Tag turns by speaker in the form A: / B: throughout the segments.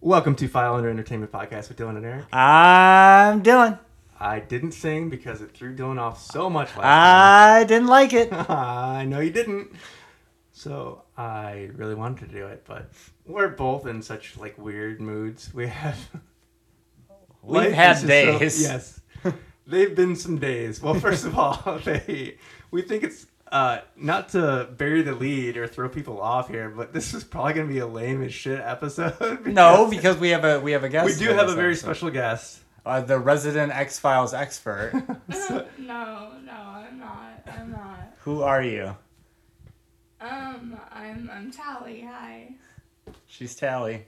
A: Welcome to File Under Entertainment Podcast with Dylan and Eric.
B: I'm Dylan.
A: I didn't sing because it threw Dylan off so much last
B: I didn't like it.
A: time. I know you didn't. So I really wanted to do it, but we're both in such like weird moods. We have
B: We've
A: Life
B: had
A: is just so-
B: days.
A: yes, they've been some days. Well, first of all, they we think it's uh, not to bury the lead or throw people off here, but this is probably gonna be a lame as shit episode.
B: No, because we have a we have a guest.
A: we do
B: for
A: have a
B: this
A: very
B: episode.
A: special guest.
B: uh, the resident X Files expert.
A: So-
C: no, no, I'm not. I'm not.
B: Who are you?
C: Um, I'm I'm Tally. Hi.
B: She's Tally.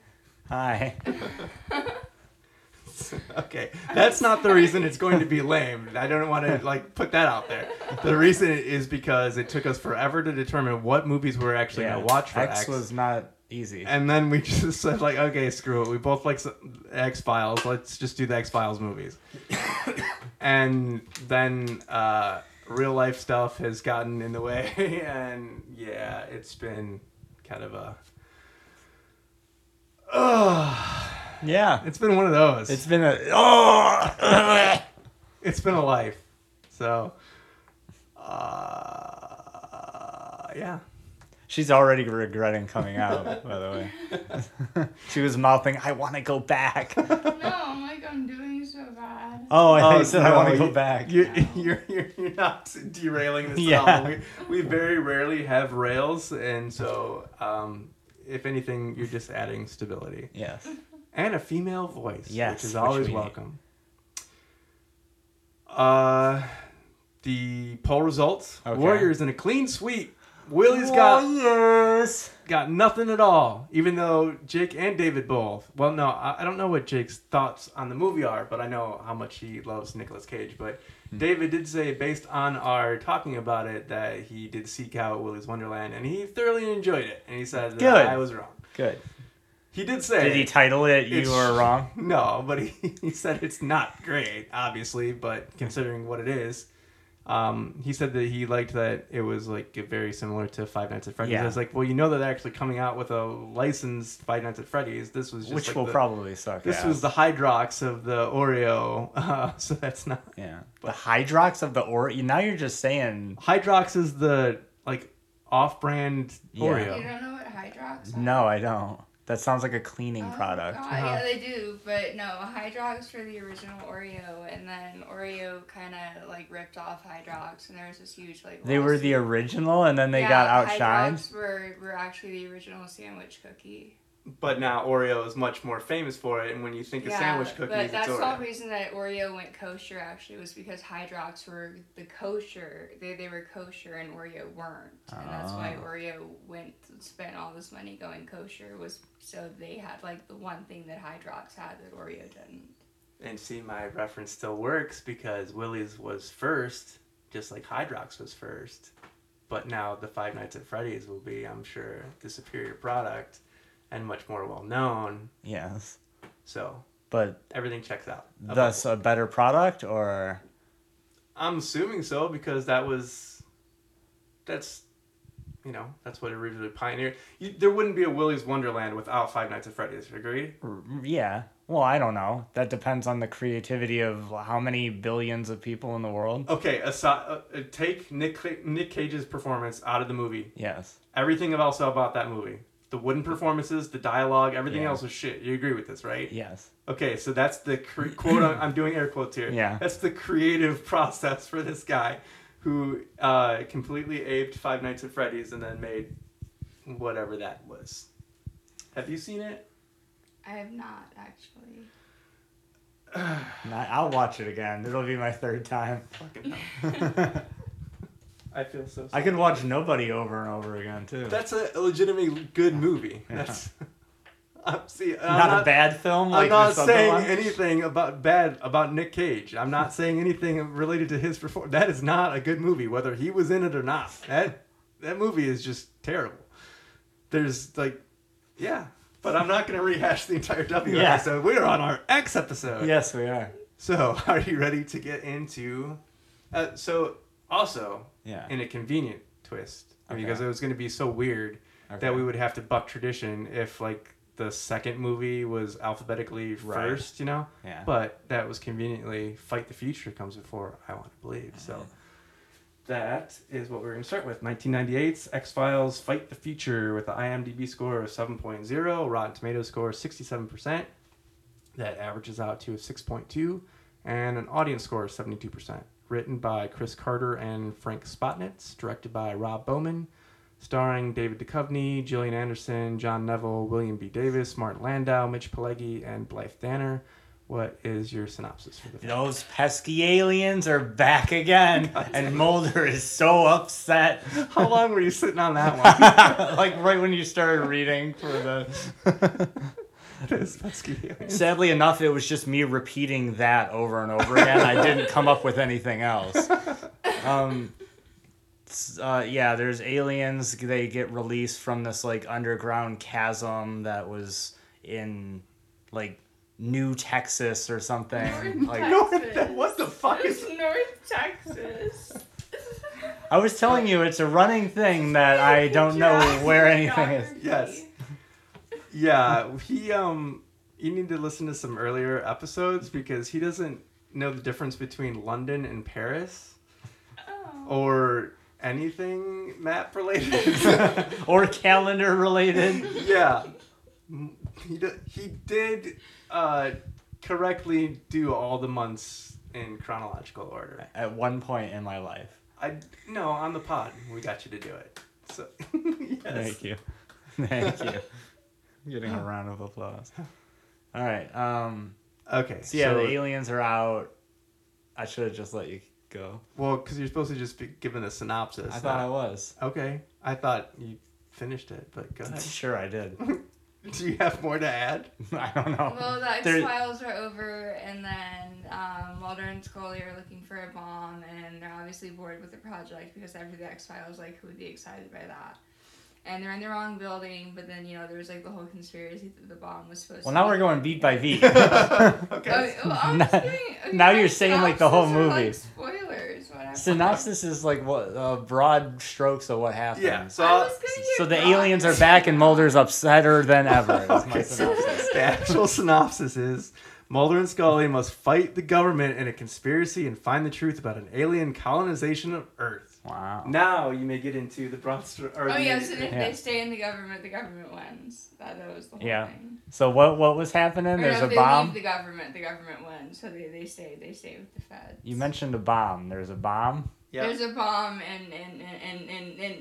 B: Hi.
A: okay, that's not the reason it's going to be lame. I don't want to like put that out there. The reason is because it took us forever to determine what movies we were actually
B: Yeah,
A: gonna watch for
B: X,
A: X. Uh,
B: was not easy.
A: and then we just said like, okay, screw it. We both like X Files. Let's just do the X Files movies. and then uh, real life stuff has gotten in the way, and yeah, it's been kind of a. Ugh.
B: Yeah.
A: it's been one of those.
B: It's been a oh.
A: it's been a life. So, uh, yeah.
B: She's already regretting coming out. By the way, she was mouthing, "I want to go back."
C: No, I'm like I'm doing so bad.
B: Oh, I thought
A: Oh,
B: you said,
A: no,
B: "I want to
A: you-
B: go back."
A: You, you're, you're, you're not derailing this at
B: Yeah.
A: all. We, we very rarely have rails, and so um, if anything, you're just adding stability
B: Yes.
A: and a female voice,
B: Yes,
A: which is
B: which
A: always
B: we need.
A: welcome. Uh, the poll results:
B: Okay.
A: Warriors in a clean sweep. Willie's
B: Oh,
A: got
B: Warriors.
A: got nothing at all, even though Jake and David both. Well, no, I, I don't know what Jake's thoughts on the movie are, but I know how much he loves Nicolas Cage. But
B: Hmm.
A: David did say, based on our talking about it, that he did seek out Willy's Wonderland and he thoroughly enjoyed it. And he said, that
B: Good.
A: I was wrong.
B: Good.
A: He did say.
B: Did he title it
A: it's-
B: "You Were Wrong"?
A: No, but he, he said it's not great, obviously, but considering what it is. Um, he said that he liked that it was like very similar to Five Nights at Freddy's.
B: Yeah.
A: I was like, well, you know that they're actually coming out with a licensed Five Nights at Freddy's. This was just
B: Which
A: like
B: will
A: the-
B: probably suck.
A: this
B: ass.
A: was the Hydrox of the Oreo, uh, so that's not
B: yeah. The Hydrox of the or now you're just saying
A: Hydrox is the like off-brand
B: Yeah.
C: You
A: Oreo.
C: don't know what Hydrox? are?
B: no, I don't. That sounds like a cleaning
C: Oh,
B: product.
C: God,
A: Uh-huh.
C: Yeah, they do, but no, Hydrox for the original Oreo, and then Oreo kind of like ripped off Hydrox, and there was this huge like.
B: They were the
C: lawsuit.
B: original, and then they
C: Yeah,
B: got outshined.
C: Hydrox were were actually the original sandwich cookie.
A: But now Oreo is much more famous for it, and when you think of sandwich cookies,
C: But that's
A: it's
C: the whole
A: Oreo.
C: reason that Oreo went kosher actually was because Hydrox were the kosher. They, they were kosher and Oreo weren't. And that's why
B: Ah.
C: Oreo went spent all this money going kosher was so they had like the one thing that Hydrox had that Oreo didn't.
A: And see, my reference still works because Willie's was first, just like Hydrox was first. But now the Five Nights at Freddy's will be, I'm sure, the superior product and much more well known.
B: Yes,
A: So
B: but
A: everything checks out.
B: thus a better product, or
A: I'm assuming so because that was, that's, you know, that's what originally pioneered. You, there wouldn't be a Willie's Wonderland without Five Nights at Freddy's, agreed?
B: yeah. Well, I don't know. That depends on the creativity of how many billions of people in the world.
A: Okay, aside, uh, uh, take Nick, Nick Cage's performance out of the movie.
B: Yes.
A: Everything else about that movie. The wooden performances, the dialogue, everything
B: Yeah.
A: else was shit. You agree with this, right?
B: Yes.
A: Okay, so that's the cre- quote. I'm, I'm doing air quotes here.
B: Yeah.
A: That's the creative process for this guy who uh, completely aped Five Nights at Freddy's and then made whatever that was. Have you seen it?
C: I have not actually.
B: And I- I'll watch it again. It'll be my third time.
A: Fucking hell. I feel so
B: I
A: sorry.
B: could watch Nobody over and over again too.
A: That's a legitimately good movie.
B: Yeah.
A: That's. I'm, see, I'm
B: not, a bad film. Like
A: I'm not
B: this other
A: saying
B: one?
A: anything about bad about Nick Cage. I'm not saying anything related to his performance. That is not a good movie, whether he was in it or not. That that movie is just terrible. There's like, yeah, but I'm not going to rehash the entire W
B: Yeah.
A: episode. We're on our X episode.
B: Yes, we are.
A: So, are you ready to get into? Uh, so, also
B: Yeah.
A: in a convenient twist,
B: Okay.
A: because it was going to be so weird
B: Okay.
A: that we would have to buck tradition if like the second movie was alphabetically
B: Right.
A: first, you know.
B: Yeah.
A: But that was conveniently Fight the Future comes before I Want to Believe. So that is what we're going to start with. 1998's X Files Fight the Future with the IMDb score of 7.0, Rotten Tomatoes score 67%. That averages out to a 6.2, and an audience score of 72%. Written by Chris Carter and Frank Spotnitz, directed by Rob Bowman, starring David Duchovny, Gillian Anderson, John Neville, William B. Davis, Martin Landau, Mitch Pileggi, and Blythe Danner. What is your synopsis for the film?
B: Those pesky aliens are back again, and Mulder is so upset.
A: How long were you sitting on that one?
B: like right when you started reading for the.
A: This pesky alien.
B: Sadly enough, it was just me repeating that over and over again. I didn't come up with anything else. Um, s- uh, yeah, there's aliens. They get released from this like underground chasm that was in like New Texas or something.
C: North
B: Like
A: North, what the fuck is
C: It's North Texas.
B: I was telling you, it's a running thing that I don't know where anything is.
A: Yes. Yeah, he um you need to listen to some earlier episodes because he doesn't know the difference between London and Paris
C: Oh.
A: or anything map related.
B: or calendar related.
A: yeah. M- He d- he did uh correctly do all the months in chronological order.
B: At one point in my life.
A: I no, on the pod, we got you to do it. So yes.
B: Thank you. Thank you. Getting a round of applause. All right. Um,
A: Okay.
B: so yeah, the aliens are out. I should have just let you go.
A: well, cuz you're supposed to just be given a synopsis.
B: I thought
A: not-
B: I was.
A: Okay, I thought you finished it, but go ahead.
B: Sure, I did.
A: Do you have more to add?
B: I don't know.
C: Well, the X
B: Um, There-
C: Files are over, and then um, Mulder and Scully are looking for a bomb, and they're obviously bored with the project because after the X Files, like, who would be excited by that? And they're in the wrong building, but then you know there was like the whole conspiracy that the bomb was supposed.
B: Well,
C: to
B: now
C: be- Oh,
B: we're going beat by beat.
A: okay.
C: Okay, well, I'm
B: Now-
C: just giving- okay,
B: now you're
C: my
B: saying, like, the whole
C: synopsis are,
B: movie.
C: like, spoilers. Whatever.
B: Synopsis is like what uh, broad strokes of what happens.
A: Yeah, so
C: I
A: I'll-
C: was gonna
B: So
C: get
B: the
C: rocked.
B: aliens are back and Mulder's upsetter than ever. Is my
A: Okay.
B: synopsis.
A: the actual synopsis is Mulder and Scully must fight the government in a conspiracy and find the truth about an alien colonization of Earth.
B: Wow.
A: Now you may get into the broad str- or
C: Oh
A: the-
C: yes, and if
B: Yeah.
C: they stay in the government, the government wins. That, that was the whole
B: Yeah.
C: thing.
B: So what what was happening?
C: Or
B: There's a
C: no, if they
B: bomb.
C: Leave the government, the government wins. So they, they stay they stay with the feds.
B: You mentioned a bomb. There's a bomb.
A: yeah.
C: There's a bomb and and and and. and, and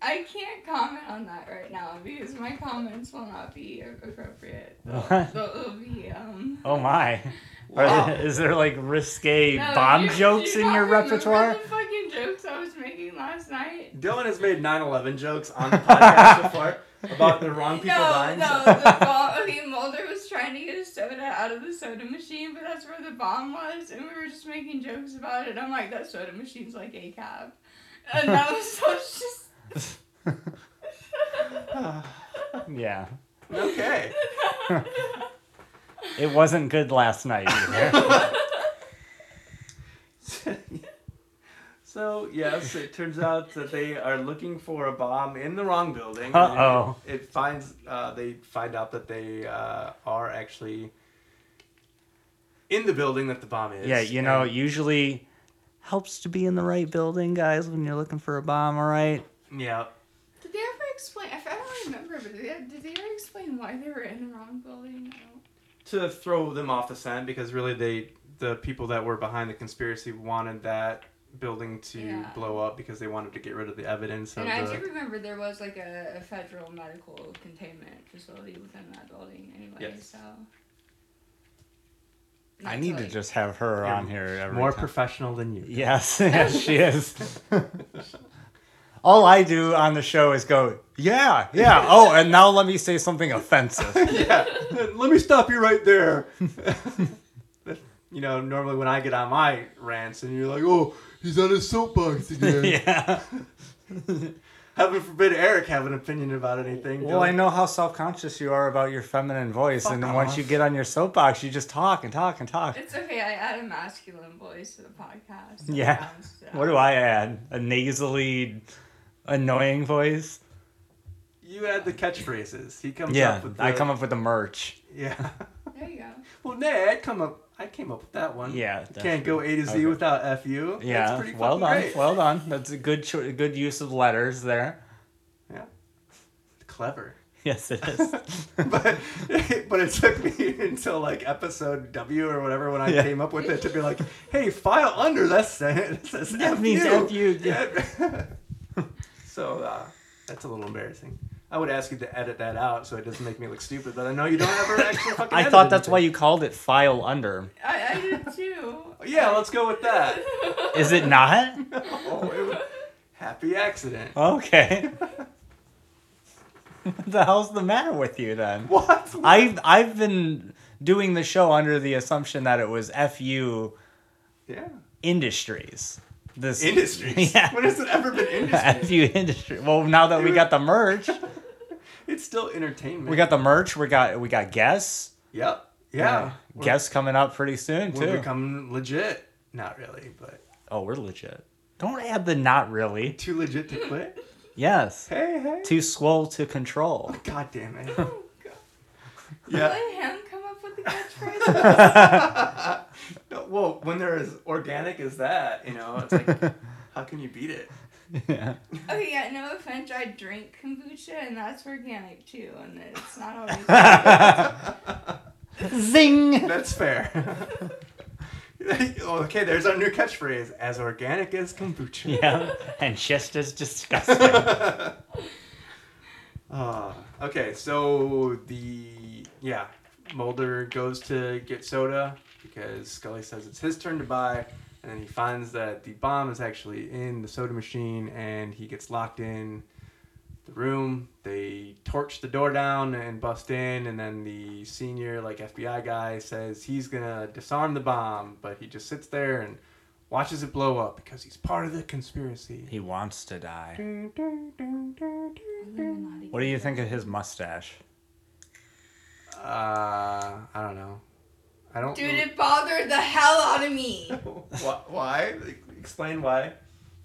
C: I can't comment on that right now because my comments will not be a- appropriate.
A: Oh.
B: What?
C: They'll they'll be um.
B: Oh my. Are
A: Wow.
B: there- is there like risque
C: no,
B: bomb
C: you-
B: jokes
C: you
B: in
C: don't
B: your
C: remember
B: repertoire?
C: The fucking jokes I was making last night.
A: Dylan has made 9/11 jokes on the podcast before about the wrong people
C: No,
A: dying.
C: no, the bomb. Okay, Mulder was trying to get a soda out of the soda machine, but that's where the bomb was, and we were just making jokes about it. I'm like, that soda machine's like a cab, and that was so it's just.
B: yeah.
A: Okay.
B: It wasn't good last night either.
A: So yes, it turns out that they are looking for a bomb in the wrong building.
B: Uh-oh.
A: And It, it finds uh, they find out that they uh, are actually in the building that the bomb is.
B: yeah, you know,
A: And
B: usually helps to be in the right building, guys, when you're looking for a bomb, all right?
A: yeah,
C: Did they ever explain? I don't remember, but did they, did they ever explain why they were in the wrong building?
A: to throw them off the scent because really they the people that were behind the conspiracy wanted that building to
C: Yeah.
A: blow up because they wanted to get rid of the evidence of
C: and I do
A: the.
C: remember there was like a, a federal medical containment facility within that building anyway,
A: Yes.
C: so.
B: I
C: Not
B: need to
C: like-
B: just have her
A: You're
B: on here every
A: More
B: time.
A: professional than you.
B: Yes, yes, she is. All I do on the show is go, yeah, yeah. Oh, and now let me say something offensive.
A: yeah. Let me stop you right there. you know, normally when I get on my rants and you're like, oh, he's on his soapbox again.
B: yeah.
A: Heaven forbid Eric have an opinion about anything.
B: Well, I
A: Dylan.
B: know how self conscious you are about your feminine voice,
A: Fuck
B: and then once
A: off.
B: you get on your soapbox, you just talk and talk and talk.
C: It's okay. I add a masculine voice to the podcast.
B: Yeah. What do I add? A nasally, annoying voice?
A: You had the catchphrases. He comes
B: yeah,
A: up with the,
B: I come up with the merch.
A: Yeah.
C: There you go.
A: well, Ned, I come up. I came up with that one.
B: Yeah,
A: You can't go A to Z
B: Okay.
A: without FU. That's
B: Yeah,
A: pretty
B: well
A: fucking
B: done,
A: great.
B: well done. That's a good cho- good use of letters there.
A: Yeah. Clever.
B: Yes, it is.
A: but but it took me until like episode W or whatever when I
B: Yeah.
A: came up with it to be like, hey, file under that sentence says
B: That
A: F
B: means
A: you."
B: F you,
A: so uh, that's a little embarrassing. I would ask you to edit that out so it doesn't make me look stupid, but I know you don't ever actually fucking.
B: I
A: edit
B: thought that's why
A: anything.
B: you called it file under.
C: I, I did too.
A: Yeah, let's go with that.
B: Is it not?
A: oh, it was happy accident.
B: Okay. what the hell's the matter with you then?
A: What?
B: I've I've been doing the show under the assumption that it was FU
A: Yeah.
B: Industries. This
A: Industries.
B: Yeah.
A: When has it ever been industries?
B: FU Industry. Well, now that we got the merch,
A: it's still entertainment.
B: we got the merch. We got we got guests.
A: Yep. Yeah. We're-
B: guests coming up pretty soon
A: We're
B: too.
A: becoming legit. Not really, but
B: oh, we're legit. Don't add the not really.
A: too legit to quit.
B: Yes.
A: Hey, hey.
B: Too swole to control.
A: God damn it.
C: Oh, God.
A: Yeah.
C: Let him come up with the catchphrase.
A: No, well, when they're as organic as that, you know, it's like, how can you beat it?
B: yeah.
C: okay, yeah, no offense. I drink kombucha, and that's organic too, and it's not always.
B: Zing.
A: That's fair. okay, there's our new catchphrase as organic as kombucha.
B: Yeah. And just as disgusting.
A: Ah, okay, so the. Yeah. Mulder goes to get soda because Scully says it's his turn to buy, and then he finds that the bomb is actually in the soda machine, and he gets locked in the room. They torch the door down and bust in, and then the senior like FBI guy says he's gonna disarm the bomb, but he just sits there and watches it blow up because he's part of the conspiracy.
B: He wants to die.
A: Dun, dun, dun, dun, dun, dun.
C: Illuminati.
B: What do you think of his mustache?
A: Uh, I don't know. I don't.
C: Dude,
A: really-
C: it bothered the hell out of me.
A: Wh- why? Explain why.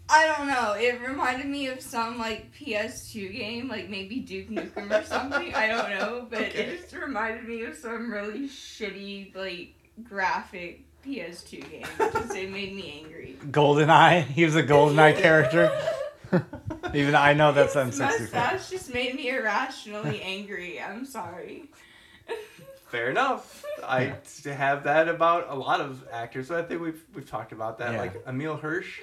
C: I don't know. It reminded me of some like PS2 game, like maybe Duke Nukem or something. I don't know, but
A: Okay.
C: it just reminded me of some really shitty like graphic PS2 game. Just it made me angry.
B: Goldeneye. He was a Goldeneye character. Oh, Even I know that's
C: His
B: M64.
C: mustache just made me irrationally angry. I'm sorry.
A: Fair enough. I t- have that about a lot of actors. but I think we've we've talked about that.
B: Yeah.
A: Like Emil Hirsch,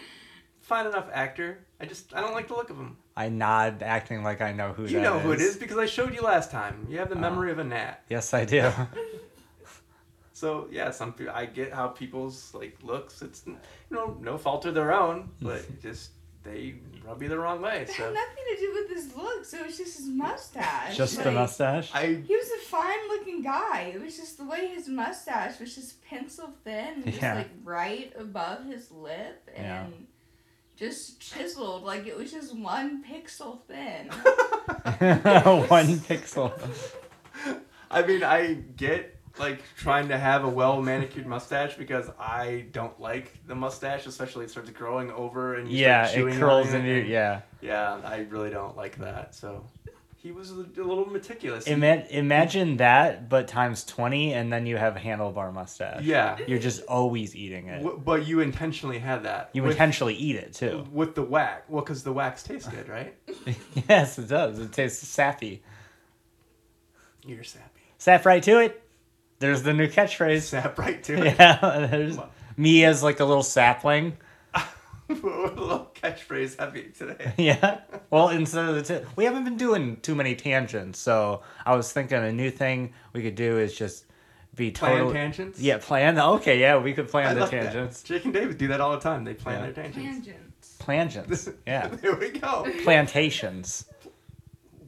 A: fine enough actor. I just I don't like the look of him.
B: I nod, acting like I know who
A: you
B: that
A: know who it is Oh. because I showed you last time. You have the memory of a gnat.
B: Yes, I do.
A: So yeah, some pe- I get how people's like looks. It's n- you know no fault of their own, but just they rub you the wrong way.
C: It had
A: So
C: nothing to do with his looks. It was just his mustache.
B: Just the
C: Like,
B: mustache.
A: I
C: He was a fine looking guy. It was just the way his mustache was just pencil thin, and just
B: Yeah.
C: like right above his lip and
B: Yeah.
C: just chiseled. Like it was just one pixel thin.
B: One pixel.
A: I mean, I get like trying to have a well manicured mustache because I don't like the mustache, especially it starts growing over and you
B: Yeah,
A: start chewing
B: it curls
A: on
B: into.
A: and-
B: Yeah.
A: Yeah, I really don't like that. So he was a little meticulous.
B: Ima- imagine that, but times twenty, and then you have handlebar mustache.
A: yeah,
B: You're just always eating it.
A: w- but you intentionally had that.
B: You
A: with,
B: intentionally eat it too.
A: with the wax. Well, because the wax tastes good, right?
B: yes, it does. It tastes sappy.
A: You're sappy.
B: Sap right to it. There's the new catchphrase.
A: Sap right to it.
B: Yeah, there's me as like a little sapling.
A: We're a little catchphrase heavy today.
B: Yeah. Well, instead of the t- we haven't been doing too many tangents, so I was thinking a new thing we could do is just be
A: Plan
B: total.
A: tangents.
B: Yeah, plan. Okay, yeah, we could
A: I
B: plan the
A: love that.
B: tangents.
A: Jake and David do that all the time. They plan
B: Yeah.
A: their tangents.
C: Tangents.
B: Plangents. Yeah.
A: there we go.
B: Plantations.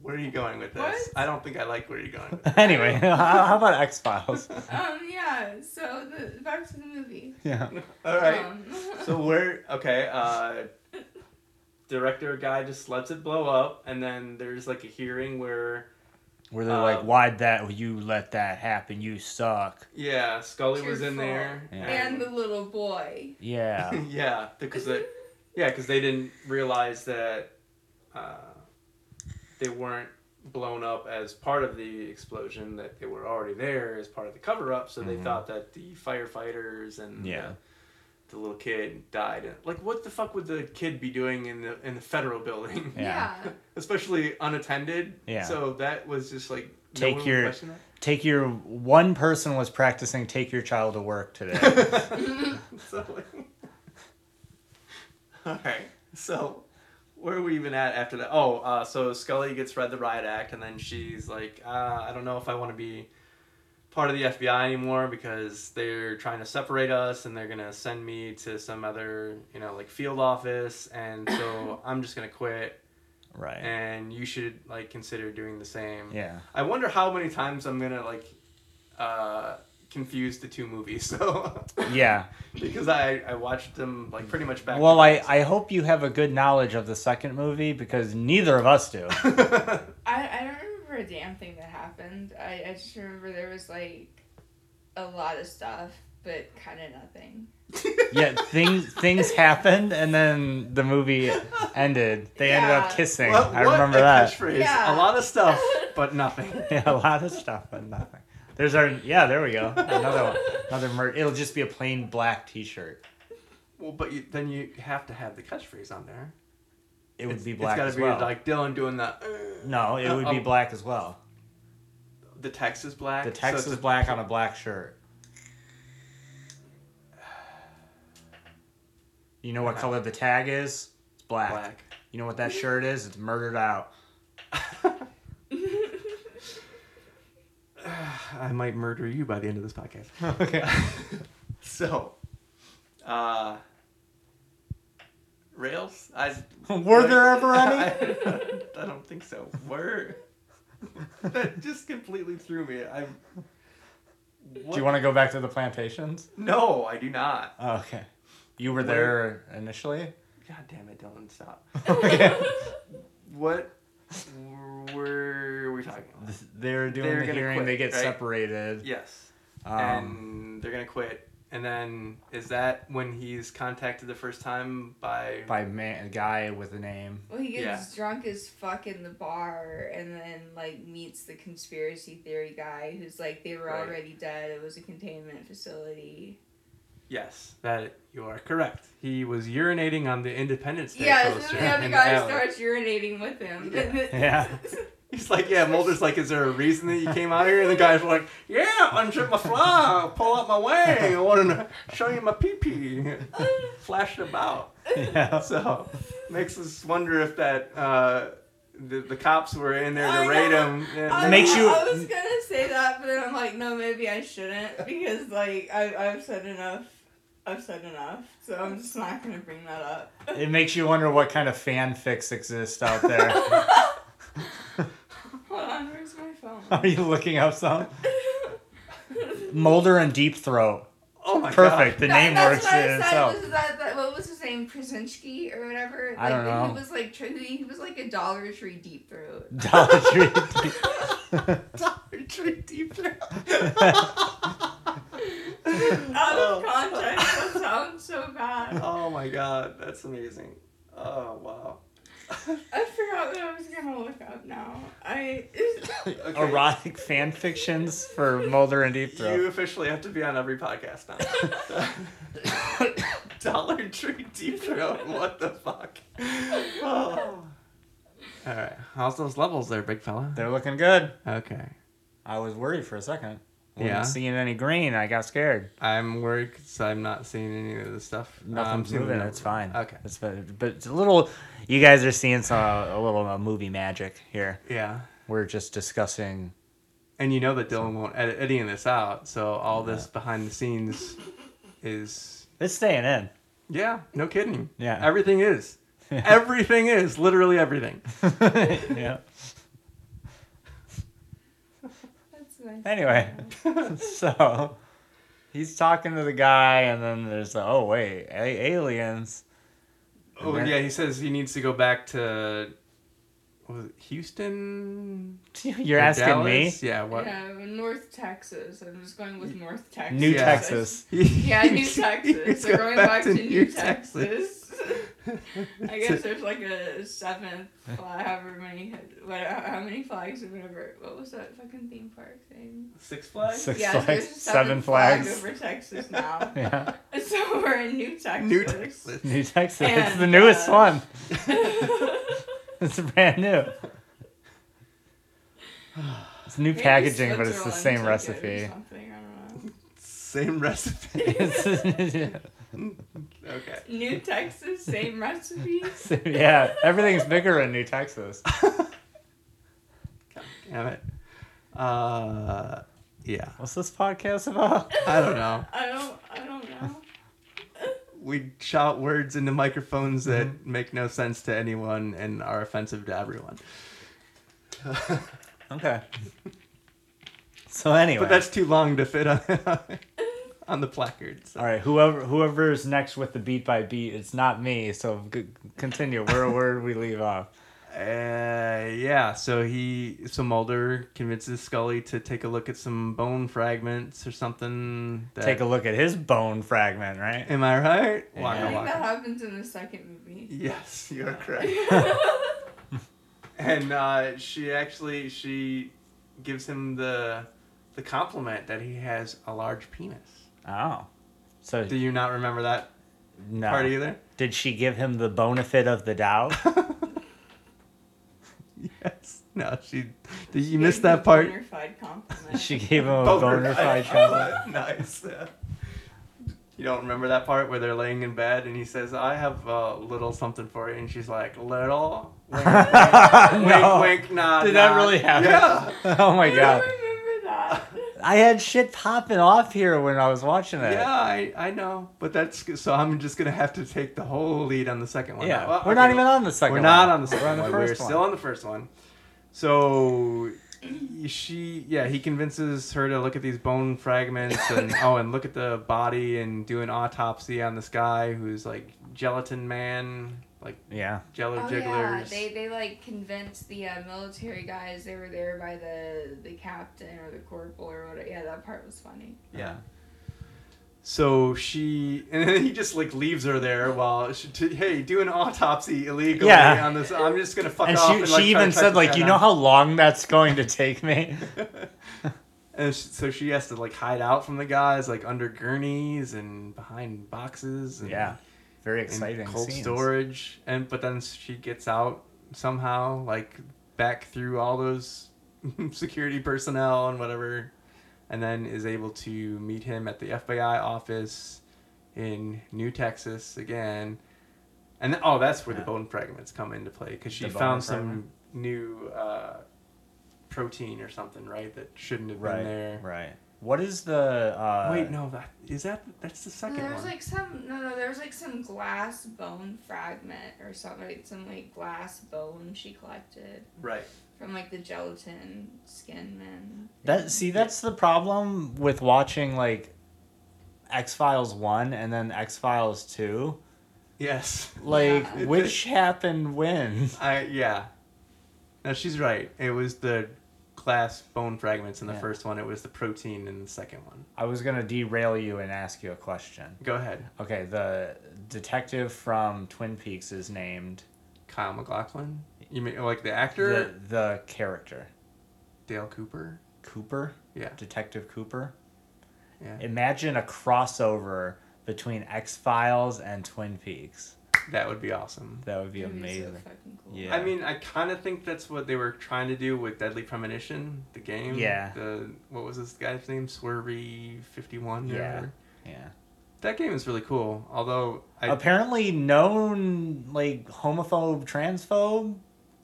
A: Where are you going with this?
C: What?
A: I don't think I like where you're going with this.
B: Anyway, how, how about X Files?
C: Um, yeah, so the, back to the movie.
B: Yeah.
A: All right.
C: Um,
A: So where? Okay. Uh, director guy just lets it blow up, and then there's like a hearing where
B: Where they're
A: Uh,
B: like, why'd that, you let that happen? You suck.
A: yeah, Scully was in
C: Truthful.
A: there,
B: Yeah.
C: and the little boy.
B: Yeah.
A: yeah, because they, yeah, because they didn't realize that uh, they weren't blown up as part of the explosion that they were already there as part of the cover up. So
B: Mm-hmm.
A: they thought that the firefighters and
D: Yeah.
A: the, the little kid died. Like, what the fuck would the kid be doing in the in the federal building?
B: Yeah.
C: yeah.
A: especially unattended.
B: Yeah.
A: So that was just like no
B: Take
A: one would
B: your-
A: question that.
B: Take your one person was practicing take your child to work today.
A: So all right. So where are we even at after that? Oh, uh, so Scully gets read the riot act, and then she's like, uh, I don't know if I want to be part of the FBI anymore because they're trying to separate us, and they're gonna send me to some other, you know, like field office, and so I'm just gonna quit.
B: right.
A: And you should like consider doing the same.
B: Yeah.
A: I wonder how many times I'm gonna like uh, confuse the two movies. So
B: Yeah.
A: because I I watched them like pretty much back. to
B: Well, I,
A: back.
B: I hope you have a good knowledge of the second movie because neither of us do.
C: I, I don't remember a damn thing that happened. I, I just remember there was like a lot of stuff, but kind of nothing.
B: yeah, things things happened and then the movie ended. They ended up
C: Yeah.
B: kissing.
A: What-
B: I
A: what
B: remember
A: a
B: that.
A: catchphrase.
C: Yeah.
A: A lot of stuff, but nothing.
B: Yeah, a lot of stuff but nothing. There's our yeah, there we go. Another one. Another murder. It'll just be a plain black t-shirt.
A: Well, but you, then you have to have the catchphrase on there.
B: It would
A: It's-
B: be black
A: It's gotta
B: as
A: be
B: well.
A: like Dylan doing the uh,
B: no, it would be
A: Um,
B: black as well.
A: the text is black.
B: The
A: so
B: text
A: it's
B: is
A: a-
B: black on a black shirt. You know what color the tag is? It's black.
A: Black.
B: You know what that shirt is? It's murdered out.
A: I might murder you by the end of this podcast.
B: okay.
A: So, uh, rails. I
B: Were there ever any?
A: I, I don't think so. Were that just completely threw me. I.
B: Do you want to go back to the plantations?
A: No, I do not.
B: Oh, okay. You
A: Where-
B: were there initially?
A: God damn it, Dylan, stop.
B: okay.
A: What were we talking about?
B: They're doing
A: They're
B: the
A: gonna
B: hearing,
A: quit,
B: they get
A: right?
B: separated.
A: Yes,
B: Um,
A: and they're gonna quit. And then is that when he's contacted the first time by?
B: by man, a guy with a name.
C: Well, he gets drunk as fuck in the bar and then like meets the conspiracy theory guy who's like they were
A: Right.
C: already dead. It was a containment facility.
A: Yes, that you are correct. He was urinating on the Independence Day
C: yeah, so
A: poster.
C: the other
A: in
C: guy
A: alley.
C: starts urinating with him.
B: Yeah.
A: He's like, yeah, Mulder's like, is there a reason that you came out here? And the guy's like, yeah, unzip my fly, pull up my wang, I want to show you my pee pee, flash it about.
B: Yeah.
A: So, makes us wonder if that uh, the the cops were in there
C: I
A: to raid
C: know.
A: him.
C: I,
A: And
B: Makes
C: was-
B: you-
C: I was gonna say that, but then I'm like, no, maybe I shouldn't because like I, I've said enough. I've said enough, so I'm just not gonna bring that up.
B: It makes you wonder what kind of fanfics exist out there.
C: Hold on, where's my phone?
B: Are you looking up some? Mulder and Deep Throat.
A: oh my
B: Perfect. The
C: That-
B: name
C: that's
B: works
C: what I
B: in
C: said,
B: itself.
C: was that, that, what was his name? Krasinski or whatever.
B: I don't
C: like,
B: know.
C: He was like tr- he was like a Dollar Tree deep throat.
B: Dollar Tree. Deep-
A: god, Dollar Tree deep throat.
C: Out
A: Oh.
C: of context, that sounds so bad.
A: Oh my god, that's amazing. Oh wow.
C: I forgot what I was gonna look up now. I
A: Okay.
B: Erotic fanfictions for Mulder and Deep
A: You
B: Throat.
A: officially have to be on every podcast now. Dollar Tree Deep Throat. What the fuck? Oh. All right. How's those levels there, big fella?
B: They're looking good.
A: Okay.
B: I was worried for a second. Wasn't
A: Yeah.
B: seeing any green. I got scared.
A: I'm worried because I'm not seeing any of this stuff.
B: Nothing's
A: I'm seeing
B: moving.
A: the-
B: Um, It's fine.
A: Okay.
B: It's but, but it's a little. You guys are seeing some a little uh, movie magic here.
A: Yeah.
B: We're just discussing.
A: And you know that Dylan won't edit any of this out, so all this behind the scenes is.
B: It's staying in.
A: Yeah, no kidding.
B: Yeah.
A: Everything is.
B: Yeah.
A: Everything is. Literally everything.
B: yeah.
C: that's nice.
B: Anyway, so he's talking to the guy, and then there's the oh wait, a- aliens. And
A: Oh
B: they're-
A: yeah, he says he needs to go back to what was it, Houston.
B: You're
A: or
B: asking
A: Dallas?
B: me.
A: Yeah, what?
C: Yeah, North Texas. I'm just going with North Texas.
B: New
A: Yeah.
B: Texas.
C: Yeah, New Texas.
A: He's
C: They're going back to New
A: Texas.
C: Texas. I guess there's like a seventh flag, however many, what, how many flags or whatever. What was that fucking theme park thing?
A: Six Flags.
B: Six
C: yeah,
B: flags,
C: there's a
B: seven
C: seventh flag
B: flags.
C: over Texas now.
B: Yeah,
C: so we're in New Texas.
A: New Texas.
B: New Texas. it's the
C: And,
B: newest
C: uh,
B: one. It's brand new. It's new
C: Maybe
B: packaging, but it's the
C: Switzerland
B: same
C: took it
B: recipe.
C: or something, I don't know.
A: Same recipe.
B: It's-
A: Okay.
C: New Texas, same recipe.
B: yeah, everything's bigger in New Texas.
A: Damn it. Uh, yeah.
B: What's this podcast about?
A: I don't know.
C: I don't. I don't know.
A: We shout words into microphones that
B: Mm-hmm.
A: make no sense to anyone and are offensive to everyone.
B: Okay. So anyway,
A: But that's too long to fit on on the placards.
B: all right. Whoever whoever's next with the beat by beat, it's not me. So g- continue. Where where do we leave off?
A: Uh, yeah, so he, so Mulder convinces Scully to take a look at some bone fragments or something. That,
B: Take a look at his bone fragment, right?
A: Am I right?
B: Yeah.
C: I
A: Waka
C: think that
A: waka.
C: happens in the second movie.
A: Yes, you are correct. and uh, she actually she gives him the the compliment that he has a large penis.
B: Oh. So
A: Do you not remember that
B: no.
A: part either?
B: Did she give him the benefit of the doubt?
A: Yes. No, she. Did you
C: Give
A: miss
C: me
A: that part?
C: bona fide compliment.
B: she gave him a
A: Boner.
B: bona fide compliment.
A: I- nice. yeah. You don't remember that part where they're laying in bed and he says, "I have a little something for you," and she's like, "Little." Wink, wink,
B: No.
A: wink, wink, nod.
B: Did that
A: nod.
B: really happen?
A: Yeah.
B: Oh my
C: I
B: god.
C: don't remember that.
B: I had shit popping off here when I was watching it.
A: Yeah, I, I know, but that's g- so I'm just gonna have to take the whole lead on the second one.
B: Yeah.
A: Well,
B: we're not
A: okay,
B: even on the second
A: We're
B: one.
A: not on the 2nd
B: We're on the
A: one.
B: first
A: we're
B: one.
A: still on the first one. So she, yeah, he convinces her to look at these bone fragments and oh, and look at the body and do an autopsy on this guy who's like gelatin man, like
B: Yeah.
A: jello
C: Oh yeah,
A: jigglers.
C: they they like convinced the uh, military guys they were there by the the captain or the corporal or whatever. Yeah, that part was funny.
A: Yeah. So she and then he just like leaves her there while she t- hey do an autopsy illegally
B: Yeah.
A: on this I'm just gonna fuck
B: And
A: off
B: she,
A: and,
B: she
A: like, try to
B: even
A: touch
B: said
A: this
B: like,
A: guy
B: you
A: now."
B: know how long that's going to take me?
A: And sh- so she has to like hide out from the guys, like under gurneys and behind boxes. And,
B: yeah. Very
A: and
B: exciting.
A: cold
B: scenes.
A: storage. And but then she gets out somehow, like back through all those security personnel and whatever, and then is able to meet him at the FBI office in New Texas again. And then, oh, that's where
B: Yeah.
A: the bone fragments come into play because she
B: The bone
A: found some
B: fragment?
A: new uh, protein or something, right? That shouldn't have
B: Right.
A: been there.
B: Right. What is the uh
A: Wait, no, that is that that's the
C: No,
A: second
C: there was
A: one.
C: like some no no there was like some glass bone fragment or something like some like glass bone she collected
A: right.
C: from like the gelatin skin man.
B: That see, that's the problem with watching like X Files one and then X Files two.
A: Yes.
B: Like,
C: Yeah.
B: which happened when?
A: I yeah. No, she's right. It was the glass bone fragments in the
B: Yeah.
A: first one. It was the protein in the second one.
B: I was gonna derail you and ask you a question.
A: Go ahead,
B: Okay, the detective from Twin Peaks is named
A: Kyle McLaughlin. You mean like the
B: the
A: actor
B: the character
A: Dale Cooper?
B: Cooper,
A: Yeah.
B: Detective Cooper.
A: Yeah.
B: Imagine a crossover between X Files and Twin Peaks.
A: That would be awesome.
B: That would be
C: That'd so
B: amazing.
C: fucking cool.
B: Yeah.
A: I mean, I kind of think that's what they were trying to do with Deadly Premonition, the game.
B: Yeah.
A: The what was this guy's name? Swervy Fifty One.
B: Yeah.
A: Yeah.
B: yeah.
A: That game is really cool. Although I
B: Apparently, known like homophobe, transphobe.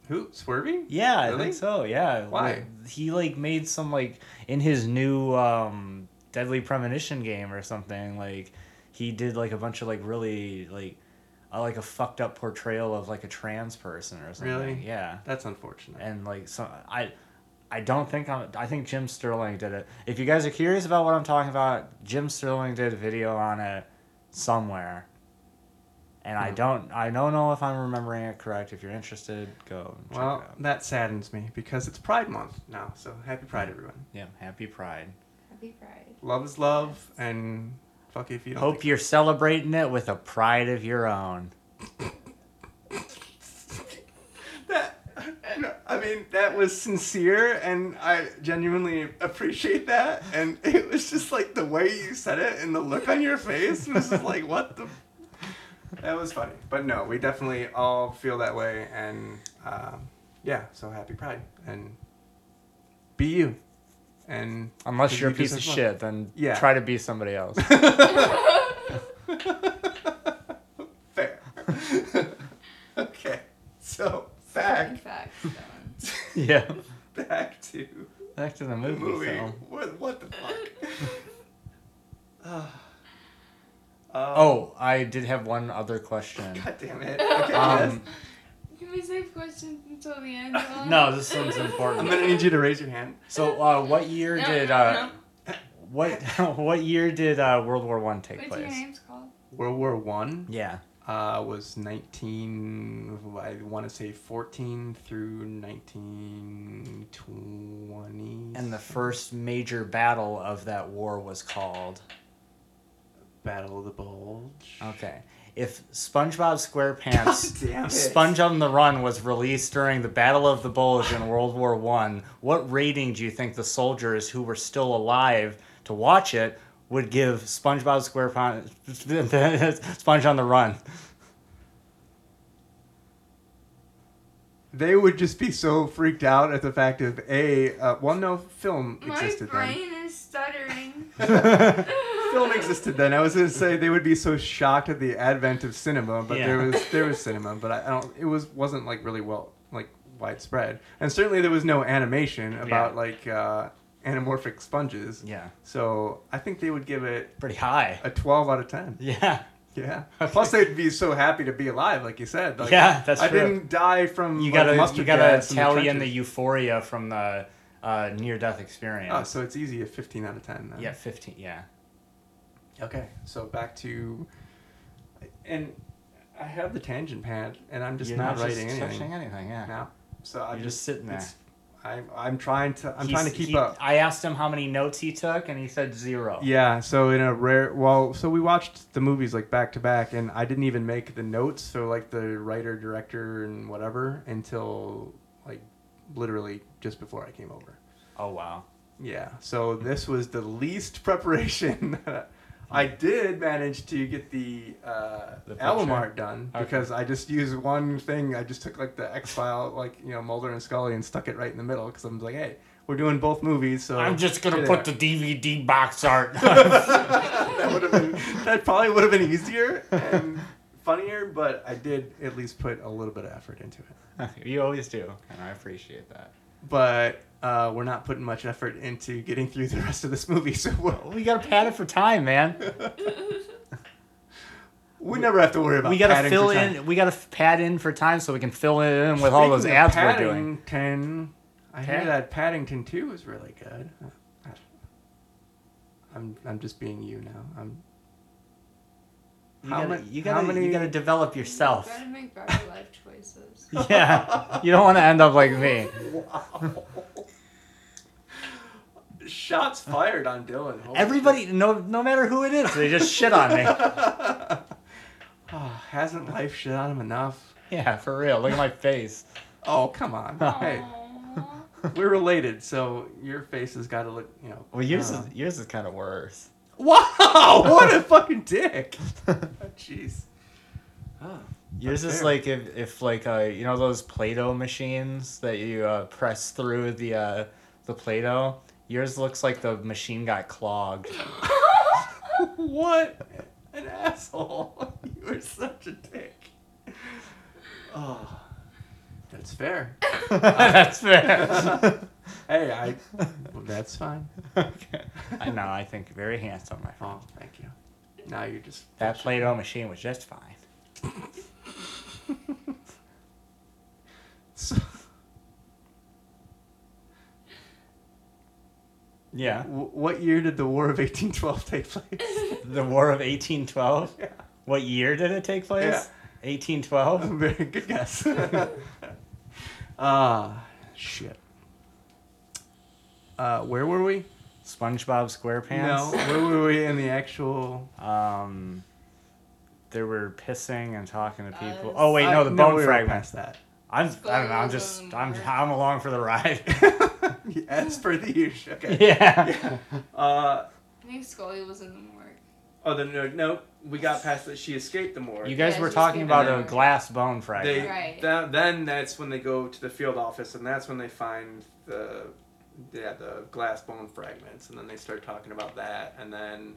A: who Swervy?
B: Yeah, I
A: Really?
B: think so. Yeah.
A: Why?
B: Like, He like made some like in his new um Deadly Premonition game or something. Like he did like a bunch of like really like uh, like a fucked up portrayal of like a trans person or something.
A: Really?
B: Yeah.
A: That's unfortunate.
B: And like some I. I don't think I'm. I think Jim Sterling did it. If you guys are curious about what I'm talking about, Jim Sterling did a video on it somewhere, and I
A: Hmm.
B: don't. I don't know if I'm remembering it correct. If you're interested, go. And check it
A: Well,
B: out.
A: that saddens me because it's Pride Month now. So happy Pride, everyone.
B: Yeah, happy Pride.
C: Happy Pride.
A: Love is love, and fuck if you don't.
B: Hope you're celebrating it with a pride of your own.
A: mean, that was sincere, and I genuinely appreciate that. And it was just like the way you said it and the look on your face was just like, what the. That was funny. But no, we definitely all feel that way. And um, yeah, so happy Pride. And be you. And
B: Unless you're a
A: You just
B: piece of
A: have fun.
B: shit, then
A: Yeah.
B: try to be somebody else.
A: Fair. okay. So
C: Fun
A: back
C: fact. Dylan.
B: yeah.
A: back to
B: Back to the
A: the
B: movie.
A: movie.
B: film.
A: What what the fuck? Ah. Um,
B: Oh, I did have one other question.
A: God damn it. Okay,
B: Um,
A: yes.
C: Can we save questions until the end? Dylan?
B: No, this one's important.
A: I'm gonna need you to raise your hand.
B: so, uh, what year
C: No,
B: did
C: no,
B: uh, what what year did uh, World War One
C: no.
B: take
C: What's your
B: place?
C: name's called?
A: World War One
B: Yeah.
A: uh, was 19. I want to say 14 through 1920.
B: And the first major battle of that war was called.
A: Battle of the Bulge.
B: Okay. If SpongeBob SquarePants
A: God damn it.
B: Sponge on the Run was released during the Battle of the Bulge in World War One, what rating do you think the soldiers who were still alive to watch it would give SpongeBob SquarePants Sponge on the Run?
A: They would just be so freaked out at the fact of a uh, well, no film
C: My
A: existed then.
C: brain is stuttering.
A: Film existed then. I was gonna say they would be so shocked at the advent of cinema, but there
B: Yeah.
A: was there was cinema, but I, I don't. It was wasn't like really well like widespread, and certainly there was no animation about
B: Yeah.
A: like uh, anamorphic sponges.
B: Yeah.
A: So I think they would give it
B: Pretty high.
A: a twelve out of ten.
B: Yeah.
A: Yeah. Plus they'd be so happy to be alive, like you said. Like,
B: Yeah, that's
A: I
B: true.
A: didn't die from
B: You
A: like,
B: gotta you
A: mustard
B: gotta
A: gas in
B: tally in the
A: trenches.
B: euphoria from the uh, near death experience.
A: Oh, so it's easy at fifteen out of ten. Then.
B: Yeah, fifteen. Yeah.
A: Okay, so back to, and I have the tangent pad, and I'm just
B: You're
A: not,
B: just
A: writing
B: touching
A: anything
B: anything. Yeah.
A: now. So I'm
B: You're just sitting there.
A: it's- I'm I'm trying to I'm trying to
B: He's-
A: keep
B: he- Oh.
A: up.
B: I asked him how many notes he took, and he said zero.
A: Yeah, so in a rare well, so we watched the movies like back to back, and I didn't even make the notes. So like the writer, director, and whatever until like literally just before I came over.
B: Oh wow.
A: Yeah, so this was the least preparation. I did manage to get the, uh,
B: The picture?
A: Alamart done
B: Okay.
A: because I just used one thing. I just took like the X file, like you know Mulder and Scully, and stuck it right in the middle because I'm like, hey, we're doing both movies, so
B: I'm just
A: here
B: gonna
A: they
B: put
A: are.
B: the DVD box art.
A: that would have been that probably would have been easier and funnier, but I did at least put a little bit of effort into it.
B: you always do, and I appreciate that.
A: But uh, we're not putting much effort into getting through the rest of this movie, so we're,
B: We gotta pad it for time, man.
A: we never have to worry about.
B: We gotta
A: padding for
B: fill
A: time.
B: in. We gotta f- pad in for time so we can fill it in with all those
A: Speaking of
B: ads we're doing.
A: Paddington, I hear
B: Pad-
A: that Paddington Two is really good. I'm I'm just being you now. I'm
B: You
A: How
B: gotta,
A: ma-
B: you
A: how
B: gotta,
A: many-
B: you gotta develop yourself.
C: You gotta make better life choices.
B: yeah, you don't want to end up like me.
A: shots fired on Dylan. Holy
B: Everybody, no, no matter who it is, they just shit on me.
A: shit. Ah, hasn't life shit on him enough?
B: Yeah, for real. Look at my face.
A: Oh come on! hey,
C: Aw.
A: we're related, so your face has got to look. You know.
B: Well, yours
A: uh,
B: is yours is kind of worse.
A: Wow! What a fucking dick! Oh, Jeez. Oh,
B: Yours
A: That's
B: is
A: fair.
B: like if, if like uh you know those Play-Doh machines that you uh, press through the uh, the Play-Doh. Yours looks like the machine got clogged.
A: what an asshole. You are such a dick. Oh, that's fair.
B: That's fair.
A: Hey, I. Well, that's fine.
B: okay. I know. I think very handsome, my friend.
A: Oh, thank you. Now you're just.
B: That Play-Doh machine was just fine.
A: So,
B: Yeah.
A: w- what year did the War of 1812 take place?
B: The War of eighteen twelve.
A: yeah.
B: What year did it take place? Eighteen twelve.
A: Very good guess. Ah, shit. Uh, where were we?
B: SpongeBob
A: No,
B: SquarePants.
A: where were we in the actual
B: Um, they were pissing and talking to people.
C: Us.
B: Oh wait,
A: I-
B: no, the bone
A: we were
B: fragment.
A: past that.
B: I'm, I don't know. I'm just, I'm, I'm along for the ride.
A: As per the usual. Okay.
B: yeah.
A: Uh,
C: I think Scully was in the morgue.
A: oh, then no, no, we got past that. She escaped the morgue.
B: You guys
C: Yeah,
B: were
C: she's
B: talking
C: gonna-
B: about a glass bone fragment.
A: They
C: Right.
A: that, then that's when they go to the field office, and that's when they find the yeah the glass bone fragments, and then they start talking about that, and then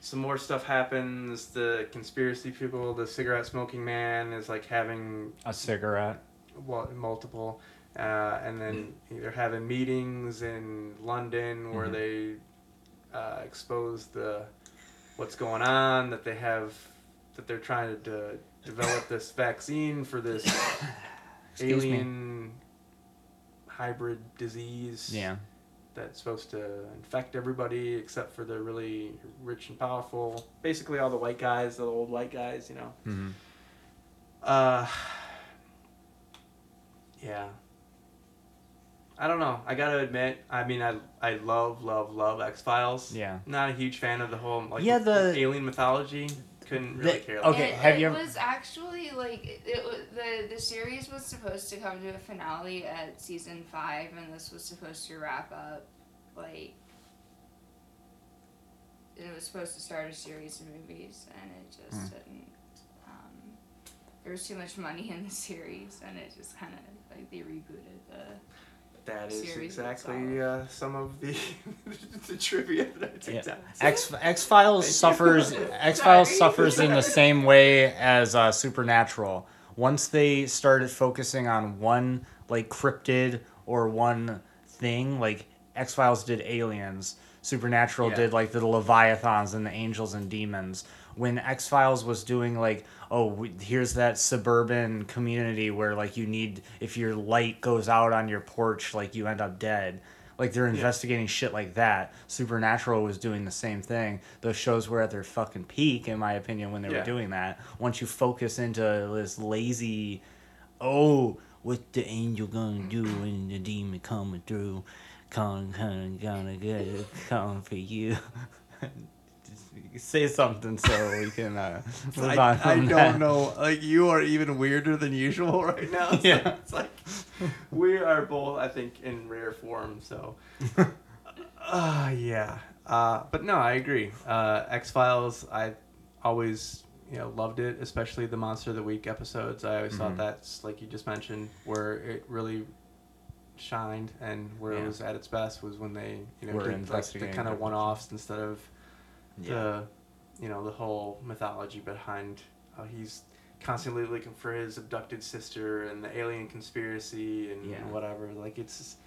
A: some more stuff happens. The conspiracy people, the cigarette smoking man, is like having
B: a cigarette.
A: well, multiple, uh, and then
B: Mm.
A: they're having meetings in London where they
B: Mm-hmm.
A: uh, expose the what's going on that they have that they're trying to de- develop this vaccine for this
B: Excuse me.
A: alien hybrid disease
B: Yeah.
A: that's supposed to infect everybody except for the really rich and powerful basically all the white guys the old white guys you know
B: Mm-hmm.
A: uh, yeah. I don't know. I gotta admit. I mean, I I love love love X Files.
B: Yeah.
A: Not a huge fan of the whole like
B: Yeah, the-
A: alien mythology. Couldn't really
B: The-
A: care. less.
B: Okay,
C: it,
B: have
C: it
B: you ever-
C: was actually like it, it wa- the the series was supposed to come to a finale at season five, and this was supposed to wrap up, like. It was supposed to start a series of movies, and it just
B: Hmm.
C: didn't. Um, there was too much money in the series, and it just kind of like they rebooted the.
A: That is
C: series
A: exactly uh, some of the the trivia that I took
B: Yeah.
A: down.
B: X X Files
A: Thank you.
B: suffers. X Files
C: Sorry.
B: suffers in the same way as uh, Supernatural. Once they started focusing on one like cryptid or one thing, like X Files did aliens, Supernatural
A: Yeah.
B: did like the leviathans and the angels and demons. When X Files was doing like, oh, we, here's that suburban community where like you need if your light goes out on your porch, like you end up dead. Like they're investigating shit like that. Supernatural was doing the same thing. Those shows were at their fucking peak, in my opinion, when they
A: Yeah.
B: were doing that. Once you focus into this lazy, oh, what the angel gonna do when the demon coming through? Con, con, gonna get it, con for you. Say something so we can uh, move
A: I,
B: on.
A: I don't
B: from that.
A: know. Like you are even weirder than usual right now. It's
B: Yeah.
A: Like, it's like we are both, I think, in rare form. So, uh, yeah. Uh, but no, I agree. Uh, X Files, I always you know loved it, especially the Monster of the Week episodes. I always thought
B: Mhm.
A: that's like you just mentioned where it really shined and where it
B: Yeah.
A: was at its best was when they you know
B: Were
A: did like the
B: investigating
A: kind
B: the
A: of
B: person.
A: one offs instead of
B: Yeah.
A: the you know the whole mythology behind how he's constantly looking for his abducted sister and the alien conspiracy and,
B: Yeah.
A: whatever like it's just-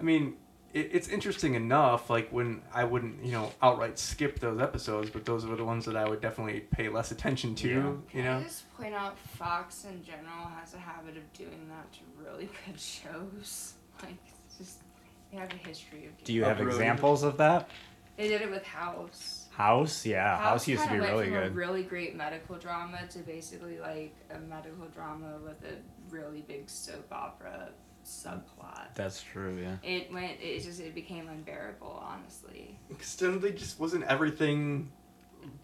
A: i mean it, it's interesting enough like when i wouldn't you know outright skip those episodes but those were the ones that i would definitely pay less attention to
B: Yeah.
A: you know
C: I just point out Fox in general has a habit of doing that to really good shows. Like it's just they have a history of.
B: Do you
A: Oh,
B: have
A: really?
B: examples of that?
C: They did it with House.
B: House, yeah. House, used to be
C: kinda went
B: really
C: from
B: good.
C: A really great medical drama to basically like a medical drama with a really big soap opera subplot.
B: That's true, yeah.
C: It went. It just. It became unbearable, honestly.
A: because then they just wasn't everything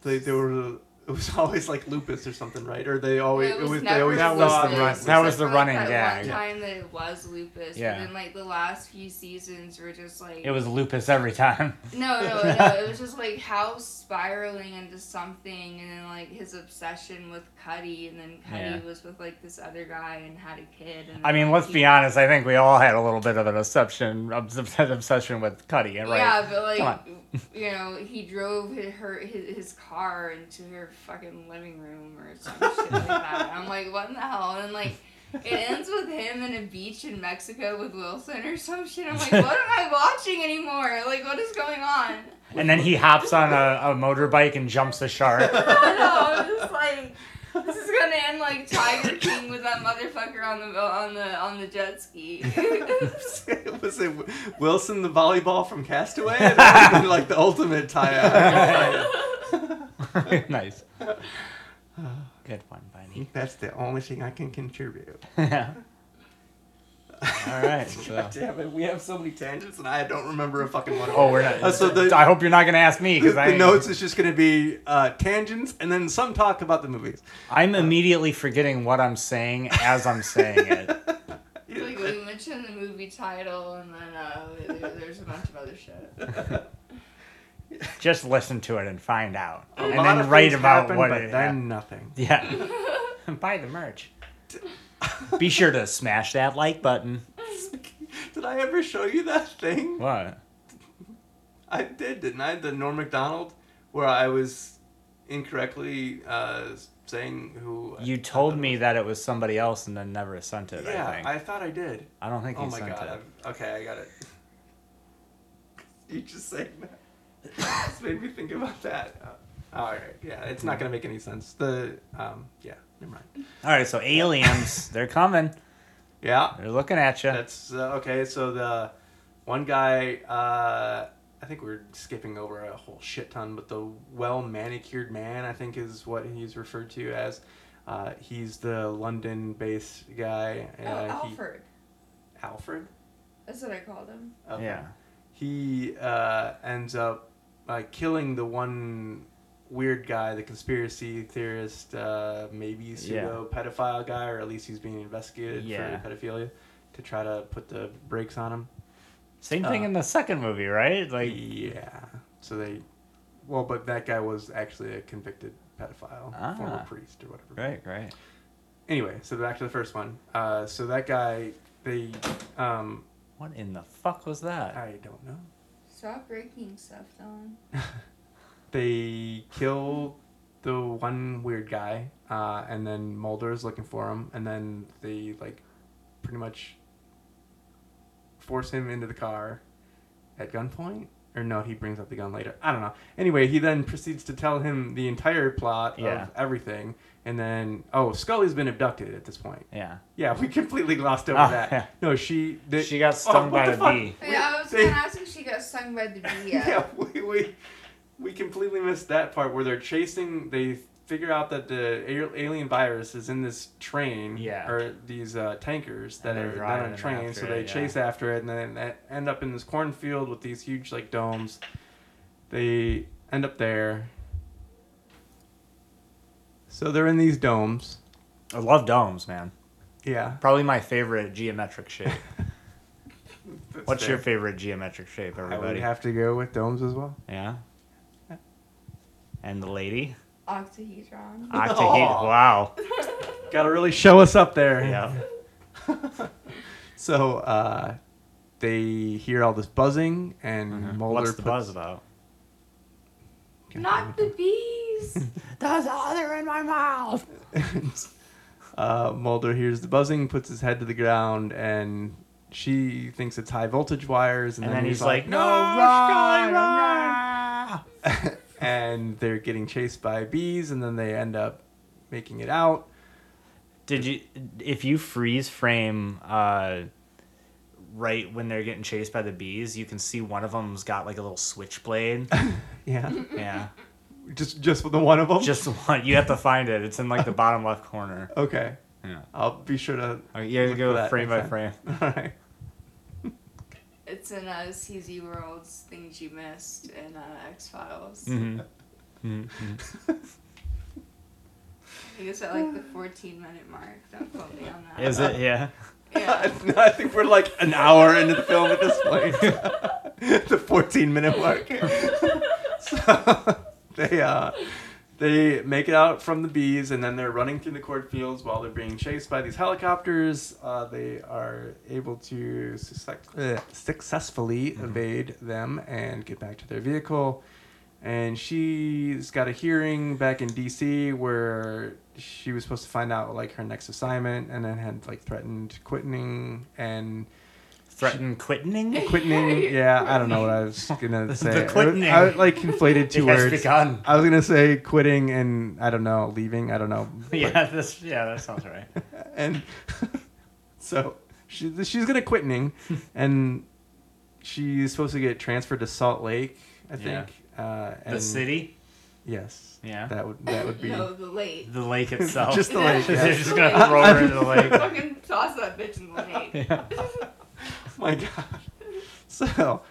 A: they, they were it was always like lupus or something right or they always
C: It
A: Oh, it
C: was
A: was,
C: never
A: they always
B: That was
A: thought
B: the
A: it
B: run-
A: was
B: that was
A: like-
B: the
C: Like,
B: running
C: that
B: gag.
C: One time that it was lupus,
B: Yeah.
C: but then like the last few seasons were just like
B: It was lupus every time.
C: No, no, no. It was just like House spiraling into something, and then like his obsession with Cuddy, and then Cuddy
B: Yeah.
C: was with like this other guy and had a kid. And
B: I mean, let's be honest. I think we all had a little bit of an obsession, obs- obsession with Cuddy, right?
C: Yeah, but
B: Come
C: like, you know, he drove his, her his, his car into her fucking living room or some shit like that. And I'm like, what in the hell? And like, it ends with him in a beach in Mexico with Wilson or some shit. I'm like, what am I watching anymore? Like, what is going on?
B: And then he hops on a, a motorbike and jumps a shark.
C: I know. I'm just like, this is gonna end like Tiger King with that motherfucker on the on the on the jet ski.
A: was it Wilson the volleyball from Castaway? That would've been, like the ultimate tie-up.
B: nice. Good one, buddy.
A: That's the only thing I can contribute.
B: All right. So.
A: God damn it, we have so many tangents and I don't remember a fucking one.
B: Oh, we're not.
A: Uh, so the-
B: I hope you're not going to ask me
A: The,
B: because I
A: the notes is just going to be uh, tangents and then some talk about the movies.
B: I'm immediately forgetting what I'm saying as I'm saying it.
C: Like we mentioned the movie title, and then uh, there- there's a bunch of other shit.
B: Just listen to it and find out,
A: A
B: and
A: lot
B: then
A: of
B: write
A: things
B: about
A: happen,
B: what
A: but
B: it.
A: then nothing.
B: Yeah. Buy the merch. Be sure to smash that like button.
A: Did I ever show you that thing?
B: What?
A: I did, didn't I? The Norm Macdonald, where I was incorrectly uh, saying who.
B: You told me that it was somebody else and then never sent it. I
A: Yeah,
B: think.
A: I,
B: I,
A: thought I did.
B: don't think you
A: Oh my
B: sent
A: god.
B: it.
A: I'm- okay, I got it. You just saying that. It's made me think about that. Uh, all right. Yeah, it's not gonna make any sense. The um, yeah, never mind.
B: All right, so aliens, they're coming.
A: Yeah.
B: They're looking at you.
A: That's uh, okay. So the one guy, uh, I think we're skipping over a whole shit ton, but the well manicured man, I think, is what he's referred to as. Uh, he's the London based guy. Uh,
C: oh,
A: he-
C: Alfred.
A: Alfred?
C: That's what I called him.
A: Okay.
B: Yeah.
A: He uh, ends up uh, killing the one weird guy, the conspiracy theorist, uh, maybe pseudo pedophile guy, or at least he's being investigated
B: Yeah.
A: for pedophilia to try to put the brakes on him.
B: Same thing
A: uh, mm,
B: in the second movie, right? Like,
A: yeah. So they, well, but that guy was actually a convicted pedophile, former
B: Ah.
A: priest or whatever.
B: right, right.
A: Anyway, so back to the first one. Uh, so that guy, they, um,
B: What in the fuck was that?
A: I don't know.
C: Stop breaking stuff, Don.
A: They kill the one weird guy, uh, and then Mulder's looking for him, and then they like, pretty much. Force him into the car, at gunpoint. Or no, he brings up the gun later. I don't know. Anyway, he then proceeds to tell him the entire plot
B: Yeah.
A: of everything, and then oh, Scully's been abducted at this point.
B: Yeah.
A: Yeah, we completely glossed over
B: Oh,
A: that.
B: yeah.
A: No, she the, Oh,
B: She got stung
A: what
B: by
A: the
B: a
A: fuck?
B: bee.
A: We-
C: Yeah, I was
A: they-
C: gonna ask if she got stung by the bee.
A: yeah, we, we we completely missed that part where they're chasing. They figure out that the a- alien virus is in this train.
B: Yeah.
A: Or these uh, tankers that
B: And they're
A: are not on
B: driving
A: a train,
B: after
A: so they
B: it, yeah.
A: chase after it, and then they end up in this cornfield with these huge like domes. They end up there. So they're in these domes.
B: I love domes, man.
A: Yeah.
B: Probably my favorite geometric shape.
A: that's
B: What's your
A: fair.
B: favorite geometric shape,
A: I
B: everybody?
A: would have to go with domes as well.
B: yeah. And the lady?
C: Octahedron.
A: Ah.
B: Octahedron. Wow.
A: Got to really show us up there.
B: Yeah.
A: So uh, they hear all this buzzing, and Mulder
B: Uh-huh. What's the
A: puts-
B: buzz about?
C: Not the bees.
B: There's other in my mouth.
A: uh, Mulder hears the buzzing, puts his head to the ground, and she thinks it's high voltage wires, and,
B: And then he's like, "No,
A: Scully,
B: run, run!"
A: run!" and they're getting chased by bees, and then they end up making it out.
B: Did you? If you freeze frame, uh, right when they're getting chased by the bees, you can see one of them's got like a little switchblade.
A: Yeah,
B: yeah.
A: just just with the one of them.
B: Just one. You have to find it. It's in like the bottom left corner.
A: okay.
B: Yeah.
A: I'll be sure to.
B: Okay, you have to
A: look
B: go
A: for that
B: frame by
A: next
B: frame.
A: time. All right.
C: it's in uh, CZ Worlds things you missed in uh, X Files.
B: hmm Mm-hmm.
C: I think it's at like the 14 minute mark. Don't quote me on that.
B: Is it? Yeah.
C: Yeah.
A: I think we're like an hour into the film at this point. the 14 minute mark. so they uh, they make it out from the bees, and then they're running through the cornfields while they're being chased by these helicopters. Uh, they are able to success- uh, successfully evade them and get back to their vehicle. And she's got a hearing back in D.C. where she was supposed to find out like her next assignment, and then had like threatened quitting and
B: Threaten quitting.
A: quitting. Yeah, I don't know what I was gonna say.
B: The quitting.
A: I, I, like conflated
B: It
A: two
B: has
A: words.
B: begun.
A: I was gonna say quitting and I don't know leaving. I don't know.
B: Yeah. This. Yeah. That sounds right.
A: And so she, she's gonna quitting, and she's supposed to get transferred to Salt Lake, I
B: Yeah.
A: think. Uh, and
B: The city.
A: Yes.
B: Yeah.
A: That would that would be.
C: no, the late.
B: The lake itself.
A: Just the lake, yeah.
B: They're just gonna throw her into the lake.
C: Fucking toss that bitch in the lake.
A: Yeah. My God. So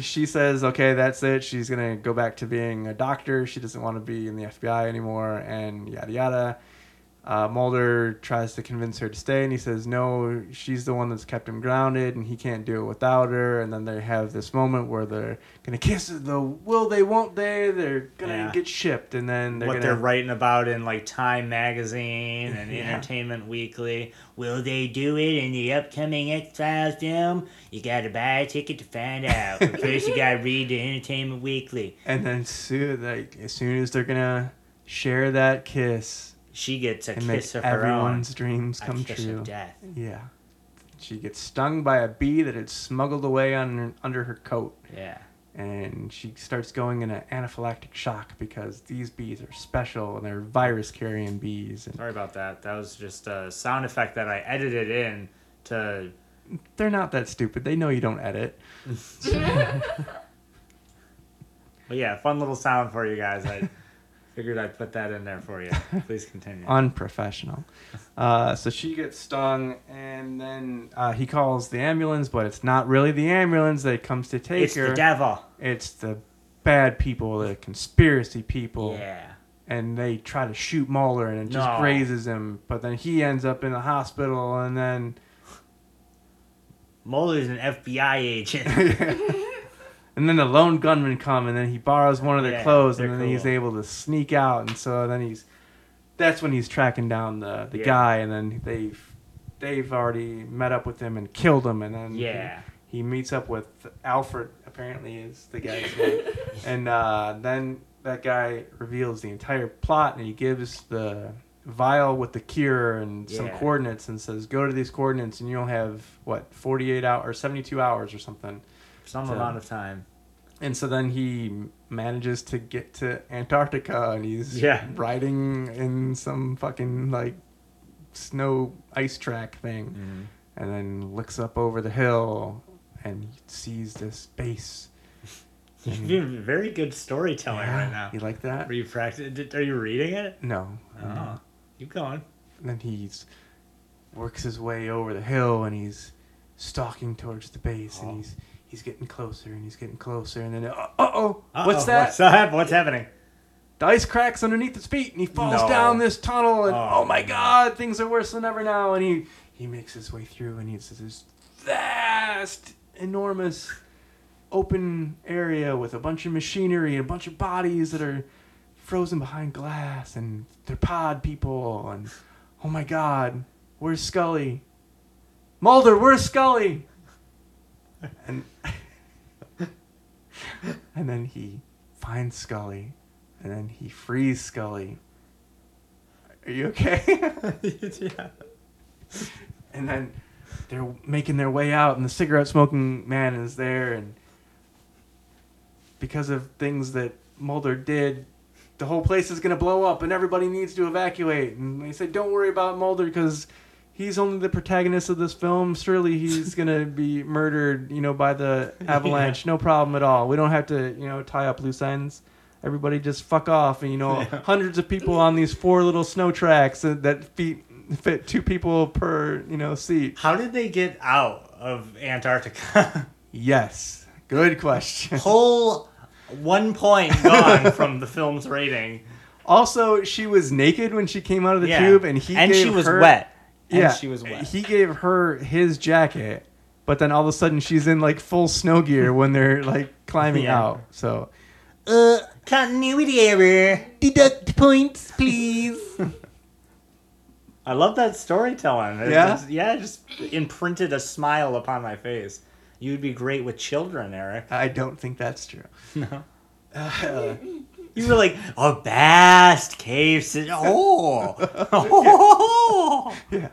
A: she says, okay, that's it. She's going to go back to being a doctor. She doesn't want to be in the FBI anymore, and yada yada. Uh, Mulder tries to convince her to stay, and he says, no, she's the one that's kept him grounded, and he can't do it without her. And then they have this moment where they're going to kiss the will they, won't they? They're going to
B: Yeah.
A: get shipped, and then they're
B: what
A: going
B: they're
A: to.
B: writing about in like Time Magazine and
A: Yeah.
B: Entertainment Weekly. Will they do it in the upcoming X Files film? You gotta buy a ticket to find out. But first, you gotta read the Entertainment Weekly.
A: And then soon, like, as soon as they're going to share that kiss,
B: She gets a
A: and
B: kiss
A: makes
B: of her own.
A: everyone's dreams
B: A
A: come
B: kiss
A: true.
B: of death.
A: Yeah. She gets stung by a bee that had smuggled away on, under her coat,
B: Yeah.
A: and she starts going into anaphylactic shock because these bees are special and they're virus carrying bees, and
B: Sorry about that. That was just a sound effect that I edited in to.
A: they're not that stupid. They know you don't edit.
B: But yeah, fun little sound for you guys. I figured I'd put that in there for you. Please continue.
A: Unprofessional. Uh, so she gets stung, and then uh, he calls the ambulance, but it's not really the ambulance that comes to take
B: It's
A: her.
B: the devil.
A: it's the bad people, the conspiracy people.
B: Yeah.
A: and they try to shoot Mauler and it just
B: No.
A: grazes him. But then he ends up in the hospital and then
B: Mulder's an FBI agent.
A: and then the lone gunman come and then he borrows one of their
B: Yeah,
A: clothes and
B: they're
A: then he's
B: cool.
A: able to sneak out and so then he's that's when he's tracking down the, the
B: Yeah.
A: guy and then they've they've already met up with him and killed him and
B: Um,
A: then he-
B: Yeah.
A: he, meets up with Alfred apparently is the guy's name and uh, then that guy reveals the entire plot and he gives the vial with the cure and some
B: Yeah.
A: coordinates and says go to these coordinates and you'll have what 48 hours or 72 hours or something
B: Some
A: So-
B: amount of time.
A: and so then he manages to get to antarctica and he's
B: Yeah.
A: riding in some fucking like snow ice track thing
B: mm-hmm.
A: and then looks up over the hill and sees this base
B: You've been very good storytelling Oh, right now.
A: you like that
B: Are you practicing? Are you reading it?
A: no I'm not.
B: Oh. Keep going.
A: And then he's works his way over the hill and he's stalking towards the base
B: Oh.
A: and he's he's getting closer and he's getting closer and then uh oh
B: Uh-oh,
A: what's that?
B: What's, that? what's happening?
A: The ice cracks underneath his feet and he falls
B: No.
A: down this tunnel and
B: Oh,
A: oh, my
B: no.
A: god things are worse than ever now and he he makes his way through and he's this vast enormous open area with a bunch of machinery and a bunch of bodies that are frozen behind glass and they're pod people and oh my god where's Scully Mulder where's Scully and and then he finds Scully and then he frees Scully are you okay
B: yeah.
A: and then they're making their way out, and the cigarette smoking man is there, and because of things that Mulder did, the whole place is gonna blow up, and everybody needs to evacuate. And they say, "Don't worry about Mulder, because he's only the protagonist of this film. Surely he's gonna be murdered, you know, by the avalanche. No problem at all. We don't have to, you know, tie up loose ends." Everybody just fuck off, and you know,
B: Yeah.
A: hundreds of people on these four little snow tracks that that feet fit two people per you know seat?
B: How did they get out of Antarctica?
A: Yes. Good question.
B: Whole one point gone from the film's rating.
A: Also, she was naked when she came out of the
B: Yeah.
A: tube, and he
B: and
A: gave
B: she was
A: her-
B: wet. And
A: Yeah,
B: she was wet.
A: He gave her his jacket, but then all of a sudden she's in like full snow gear when they're like climbing
B: Yeah.
A: out. So
B: uh, continuity error.
A: deduct points, please.
B: I love that storytelling. It
A: Yeah?
B: Just, yeah, it just imprinted a smile upon my face. You'd be great with children, Eric.
A: I don't think that's true.
B: No.
A: Uh,
B: You were like, a best cave. sit- Oh. oh.
A: yeah.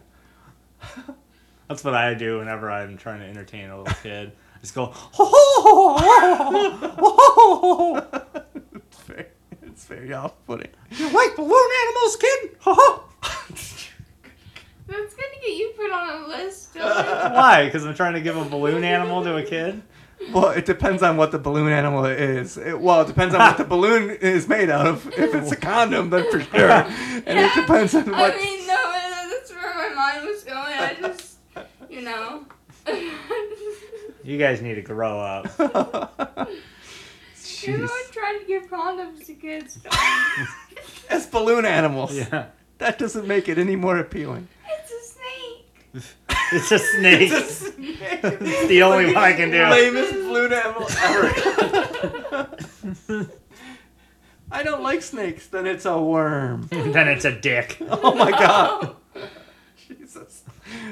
B: That's what I do whenever I'm trying to entertain a little kid. I just go, "Oh."
A: It's very, it's very off-putting.
B: you like balloon animals, kid?
C: That's gonna get you put on a list. Dylan.
B: Why? Because I'm trying to give a balloon animal to a kid?
A: Well, it depends on what the balloon animal is. It, well, it depends on what the balloon is made out of. If it's a condom, then for sure. And it depends on
C: I
A: what.
C: mean, no, that's where my mind was going. I just No.
B: You guys need to grow up.
C: Everyone
A: Jeez.
C: tried to give condoms to kids.
A: As balloon animals.
B: Yeah.
A: That doesn't make it any more appealing.
C: it's a snake.
B: It's a snake.
A: It's a snake.
B: It's the only one I can do.
A: Lamest balloon animal ever. I don't like snakes. Then it's a worm.
B: then it's a dick.
A: Oh my god. Jesus.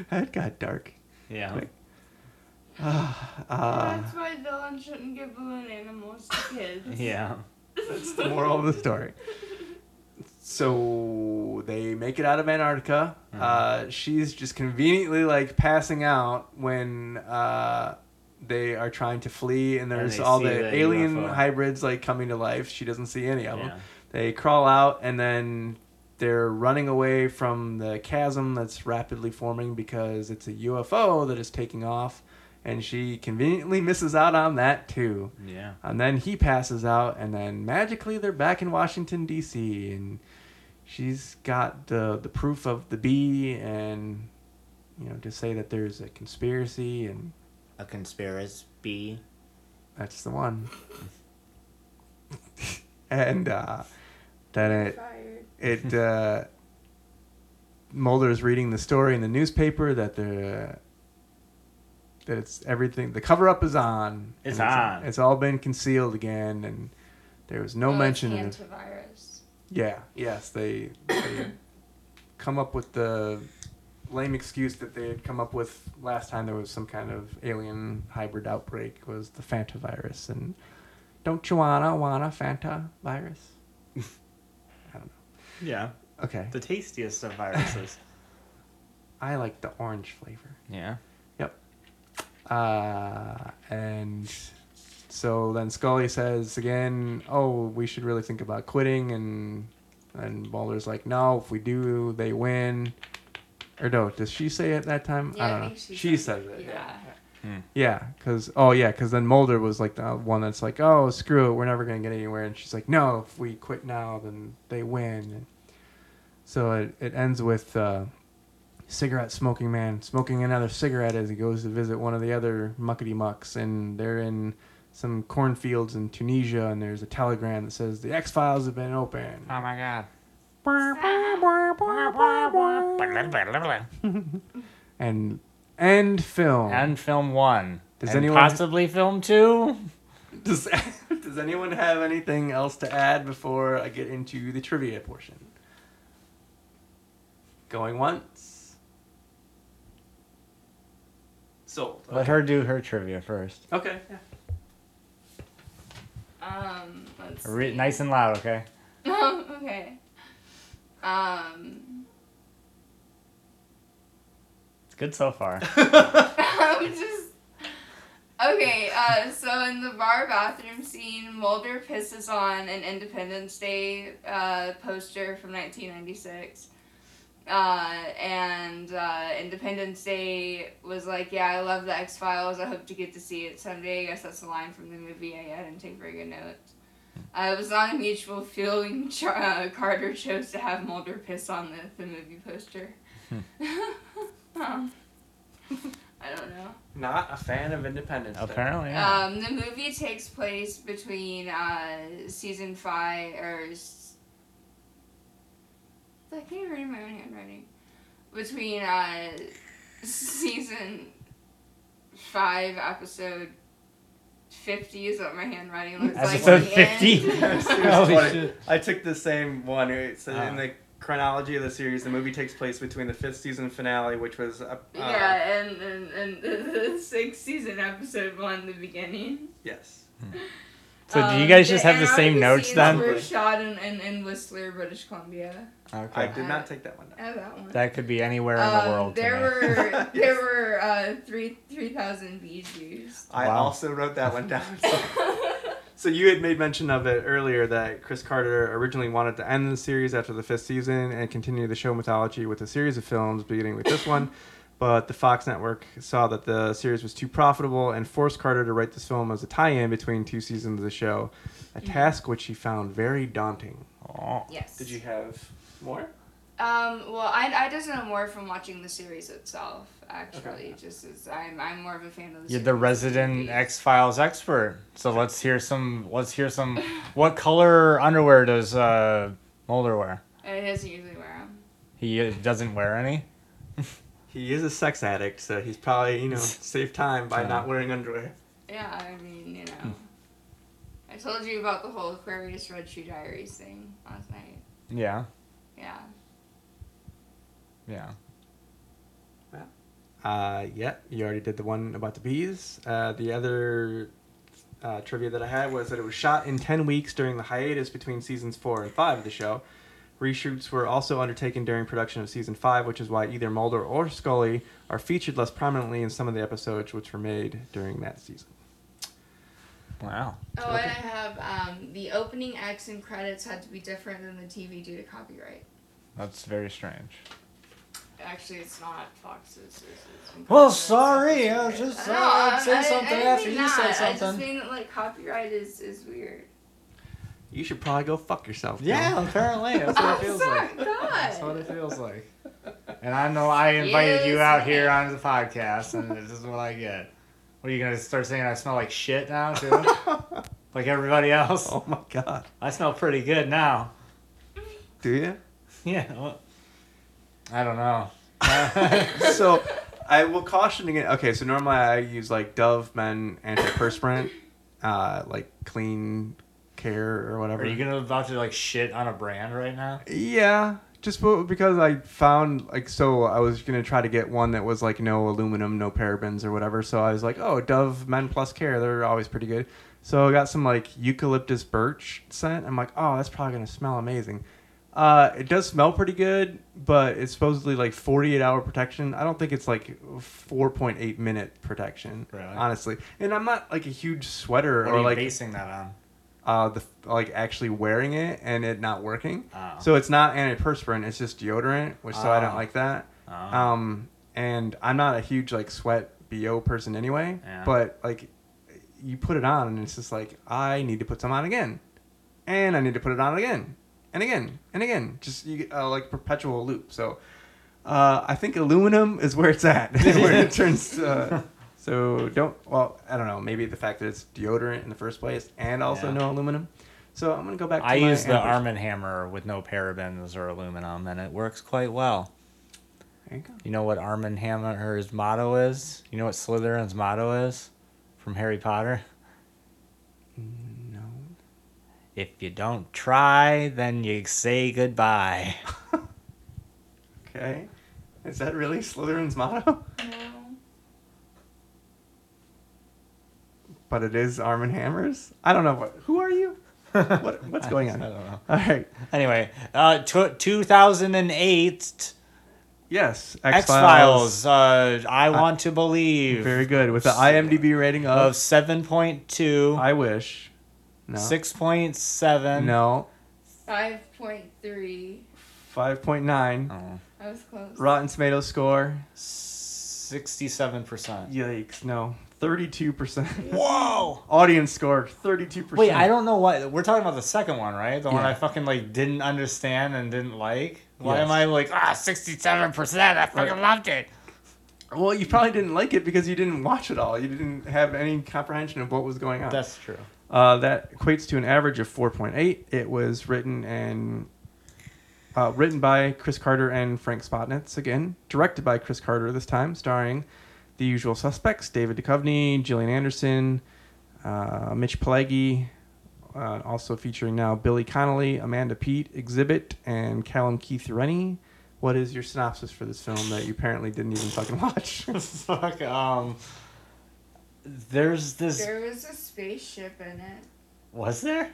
A: That got dark.
B: Yeah.
A: Uh,
C: That's why villains shouldn't give balloon animals to kids.
B: Yeah.
A: that's the moral of the story. So they make it out of Antarctica.
B: Mm-hmm.
A: Uh, she's just conveniently like passing out when uh, they are trying to flee, and there's
B: they
A: all
B: see
A: the,
B: the
A: alien
B: UFO.
A: hybrids like coming to life. She doesn't see any of them.
B: Yeah.
A: They crawl out and then they're running away from the chasm that's rapidly forming because it's a UFO that is taking off. And she conveniently misses out on that too.
B: Yeah.
A: And then he passes out, and then magically they're back in Washington, D.C. And she's got the, the proof of the bee and, you know, to say that there's a conspiracy, and
B: A conspiracy bee.
A: that's the one. and uh, then it
C: Fired.
A: it uh, Mulder's reading the story in the newspaper that the that it's everything the cover up is on.
B: It's
A: And
B: on.
A: It's all been concealed again, and there was no
C: Well, Oh, it's
A: mention of.
C: antivirus.
A: Yeah. Yes, they, they come up with the lame excuse that they had come up with last time there was some kind of alien hybrid outbreak was the Fanta virus and don't you wanna wanna Fanta virus?
B: Yeah.
A: Okay.
B: The tastiest of viruses.
A: I like the orange flavor.
B: yeah.
A: Uh, and so then Scully says again, "Oh, we should really think about quitting." And and Mulder's like, "No, if we do, they win." Or no, does she say it that time?
C: Yeah,
A: I
C: I
A: don't know.
C: think she
A: she
C: says
A: says
C: it,
A: it.
C: yeah.
A: Yeah.
B: Hmm.
A: Yeah, because oh yeah, because then Mulder was like the one that's like, "Oh, screw it, we're never gonna get anywhere." And she's like, "No, if we quit now, then they win." And so it it ends with. Uh, cigarette smoking man smoking another cigarette as he goes to visit one of the other muckety mucks and they're in some cornfields in Tunisia and there's a telegram that says the X Files have been open.
B: Oh my god.
A: And end film.
B: And film one.
A: Does
B: and
A: anyone-
B: possibly film two?
A: does, does anyone have anything else to add before I get into the trivia portion? Going once. Sold.
B: Let her do her trivia first.
A: Okay.
C: Um, let's
B: Re-
C: see.
B: nice and loud, okay?
C: okay. Um,
B: It's good so far.
C: I'm just. Okay, uh, so in the bar bathroom scene, Mulder pisses on an Independence Day uh, poster from 1996. Uh, and uh, Independence Day was like, Yeah, I love the X Files. I hope to get to see it someday. I guess that's a line from the movie. I, I didn't take very good notes. Uh, it was not a mutual feeling. Char- uh, Carter chose to have Mulder piss on the, the movie poster. Um, I don't know.
A: Not a fan of Independence. Day.
B: Apparently. Yeah.
C: Um, the movie takes place between uh, season five or s- I can't even read my own handwriting. Between uh, season five, episode fifty is what my handwriting looks
B: Episode
C: like. at the
B: 50?
C: end.
B: Holy
A: Funny.
B: shit.
A: I took the same one. It said
B: Ah.
A: in the chronology of the series, the movie takes place between the fifth season finale, which was uh, uh,
C: yeah, and and, and the, the sixth season, episode one, the beginning.
A: yes,
B: So do you
C: Um,
B: guys just have the same
C: Antarctica
B: notes
C: scenes
A: then?
C: Were shot in, in, in Whistler, British Columbia.
A: I
B: okay.
A: did not take that one.
C: I have that one.
B: That could be anywhere in
C: Um,
B: the world. to
C: There
B: me.
C: were
A: Yes.
C: there were uh, three three thousand bees used.
A: I
B: Wow.
A: also wrote that one down. So. So you had made mention of it earlier that Chris Carter originally wanted to end the series after the fifth season and continue the show mythology with a series of films, beginning with this one. But the Fox network saw that the series was too profitable and forced Carter to write this film as a tie-in between two seasons of the show, a task which he found very daunting.
B: Oh.
C: yes.
A: have more?
C: Um, well, I, I just know more from watching the series itself, actually. Just as I'm, I'm more of a fan of the
B: You're
C: series.
B: the
C: than
B: resident
C: movies.
B: X Files expert. So let's hear some. Let's hear some. What color underwear does uh, Mulder wear?
C: And He doesn't usually wear them.
B: He uh, doesn't wear any.
E: He is a sex addict, so he's probably, you know, saved time by
B: Yeah.
E: not wearing underwear.
C: Yeah, I mean, you
B: Hmm.
C: know. I told you about the whole Aquarius Red Shoe Diaries thing last night.
B: Yeah,
C: Yeah.
B: yeah.
E: Uh, yeah, you already did the one about the bees. Uh, the other uh, trivia that I had was that it was shot in 10 weeks during the hiatus between seasons 4 and 5 of the show. Reshoots were also undertaken during production of season 5, which is why either Mulder or Scully are featured less prominently in some of the episodes which were made during that season.
B: Wow.
C: Oh, and I have um, the opening acts and credits had to be different than the TV due to copyright.
B: That's very strange.
C: Actually, it's not Fox's. It's, it's
B: Well, sorry, I was just-
C: No,
B: I would say
C: I- I-
B: something
C: I
B: after
C: mean
B: you said
C: not. I just
B: something.
C: mean that like copyright is is weird.
E: You should probably go fuck yourself. Bill.
B: Yeah, apparently that's what
C: Oh,
B: it feels
C: sorry,
B: like. That's what
C: God.
B: it feels like. And I know I invited you
C: Excuse
B: out
C: me.
B: here onto the podcast, and this is what I get. What are you gonna start saying? I smell like shit now too, like everybody else.
E: Oh my god.
B: I smell pretty good now.
E: Do you?
B: Yeah. Well, I don't know.
E: so I will caution again. Okay, so normally I use like Dove Men antiperspirant, uh, like clean care or whatever.
B: Are you gonna about to like shit on a brand right now?
E: Yeah, just bo- because I found like so I was gonna try to get one that was like no aluminum, no parabens or whatever. So I was like, oh, Dove Men Plus Care, they're always pretty good. So I got some like eucalyptus birch scent. I'm like, oh, that's probably gonna smell amazing. Uh, it does smell pretty good, but it's supposedly like 48 hour protection. I don't think it's like 4.8 minute protection,
B: Really?
E: honestly. And I'm not like a huge sweater
B: What
E: or
B: are you
E: like
B: basing that on?
E: uh, the like actually wearing it and it not working.
B: Oh.
E: So it's not antiperspirant; it's just deodorant, which so I don't
B: Oh.
E: like that.
B: Oh.
E: Um, and I'm not a huge like sweat bo person anyway.
B: Yeah.
E: But like, you put it on and it's just like I need to put some on again, and I need to put it on again, and again, and again. Just you, uh, like perpetual loop. So. Uh, I think aluminum is where it's at, where it turns. Uh, so don't. Well, I don't know. Maybe the fact that it's deodorant in the first place, and also
B: Yeah.
E: no aluminum. So I'm gonna go back. to
B: I
E: my
B: use the
E: antiperspirant.
B: Arm and Hammer with no parabens or aluminum, and it works quite well.
E: There you go.
B: You know what Arm and Hammer's motto is? You know what Slytherin's motto is from Harry Potter?
E: No.
B: If you don't try, then you say goodbye.
E: Okay. Is that really Slytherin's motto?
C: No.
E: But it is Arm and Hammers. I don't know what. Who are you? What, what's going on?
B: I don't know.
E: All right.
B: Anyway, uh, t- 2008
E: Yes.
B: X Files. Uh, I want to believe
E: Very good with the IMDb rating
B: of
E: of.
B: 7.2,
E: I wish. No.
B: 6.7.
E: No.
C: Five point three.
E: Five point nine.
B: Oh.
C: I was close.
E: Rotten Tomatoes score.
B: 67%.
E: Yikes! No. Thirty-two percent.
B: Whoa!
E: Audience score thirty-two percent.
B: Wait, I don't know why. We're talking about the second one, right? The one
E: Yeah.
B: I fucking like didn't understand and didn't like. Why
E: Yes.
B: am I like ah sixty seven percent? I fucking
E: Right.
B: loved it.
E: Well, you probably didn't like it because you didn't watch it all. You didn't have any comprehension of what was going on.
B: That's true.
E: Uh, that equates to an average of 4.8. It was written and uh, written by Chris Carter and Frank Spotnitz again, directed by Chris Carter this time, starring the usual suspects: David Duchovny, Gillian Anderson, uh, Mitch Pileggi, uh, also featuring now Billy Connolly, Amanda Pete, Exhibit, and Callum Keith Rennie. What is your synopsis for this film that you apparently didn't even fucking watch?
B: Fuck. Um. There's this.
C: There was a spaceship in it.
B: Was there?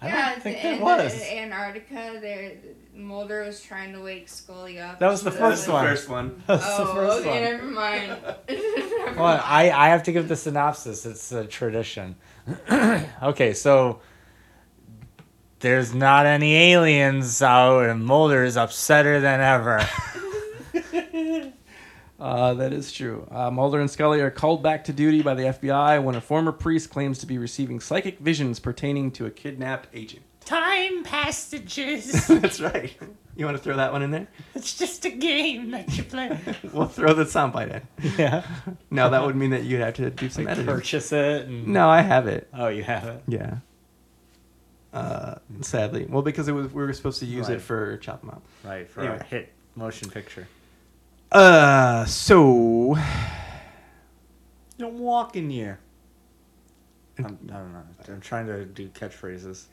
B: I
C: yeah,
B: don't think
C: in
B: there
C: the-
B: was.
C: in Antarctica, there Mulder was trying to wake Scully up.
B: That was the
C: so
B: first
C: like-
B: one.
E: one.
B: That's
C: Oh,
B: the first
C: okay,
B: one.
C: never mind. Never
B: Well,
C: mind.
B: I, I have to give the synopsis. It's a tradition. okay, so there's not any aliens out, and Mulder is upsetter than ever.
E: Uh, that is true. Uh, Mulder and Scully are called back to duty by the FBI when a former priest claims to be receiving psychic visions pertaining to a kidnapped agent.
F: Time passages.
E: That's right. You want to throw that one in there?
F: it's just a game that you play.
E: We'll throw the soundbite in.
B: Yeah.
E: No, that would mean that you'd have to do some
B: Like
E: editing.
B: purchase it. And...
E: No, I have it.
B: Oh, you have it.
E: Yeah. Uh, sadly, well, because it was we were supposed to use
B: Right.
E: it for chop 'em up.
B: Right for
E: Anyway.
B: our hit motion picture.
E: Uh, so
B: Don't walk in here. I'm, I don't know. I'm trying to do catchphrases.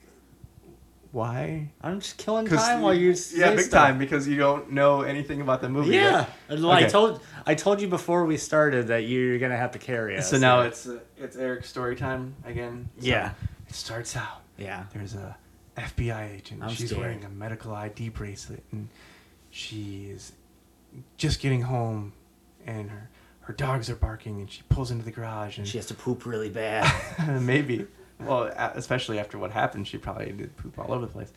E: why?
B: I'm just killing
E: 'Cause
B: time while you say
E: yeah, big
B: stuff.
E: time because you don't know anything about the movie.
B: Yeah, Well, I
E: Okay.
B: told I told you before we started that you're gonna have to carry us.
E: So now it's uh, it's Eric's story time again. So
B: Yeah.
E: It starts out.
B: yeah.
E: There's a FBI agent.
B: I'm
E: She's
B: scared.
E: wearing a medical ID bracelet, and she is just getting home, and her her dogs are barking, and she pulls into the garage, and
B: She has to poop really bad.
E: Maybe. Well, a- especially after what happened, she probably did poop all over the place.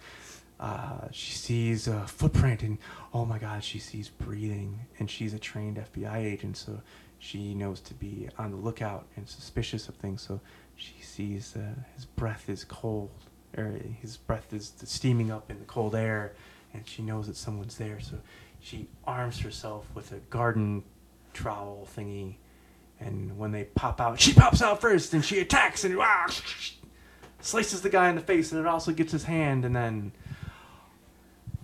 E: Uh, she sees a footprint, and oh my God, she sees breathing, and she's a trained FBI agent, so she knows to be on the lookout and suspicious of things. So she sees uh, his breath is cold, or his breath is steaming up in the cold air, and she knows that someone's there. So she arms herself with a garden trowel thingy, and when they pop out, she pops out first and she attacks and ah, slices the guy in the face and it also gets his hand and then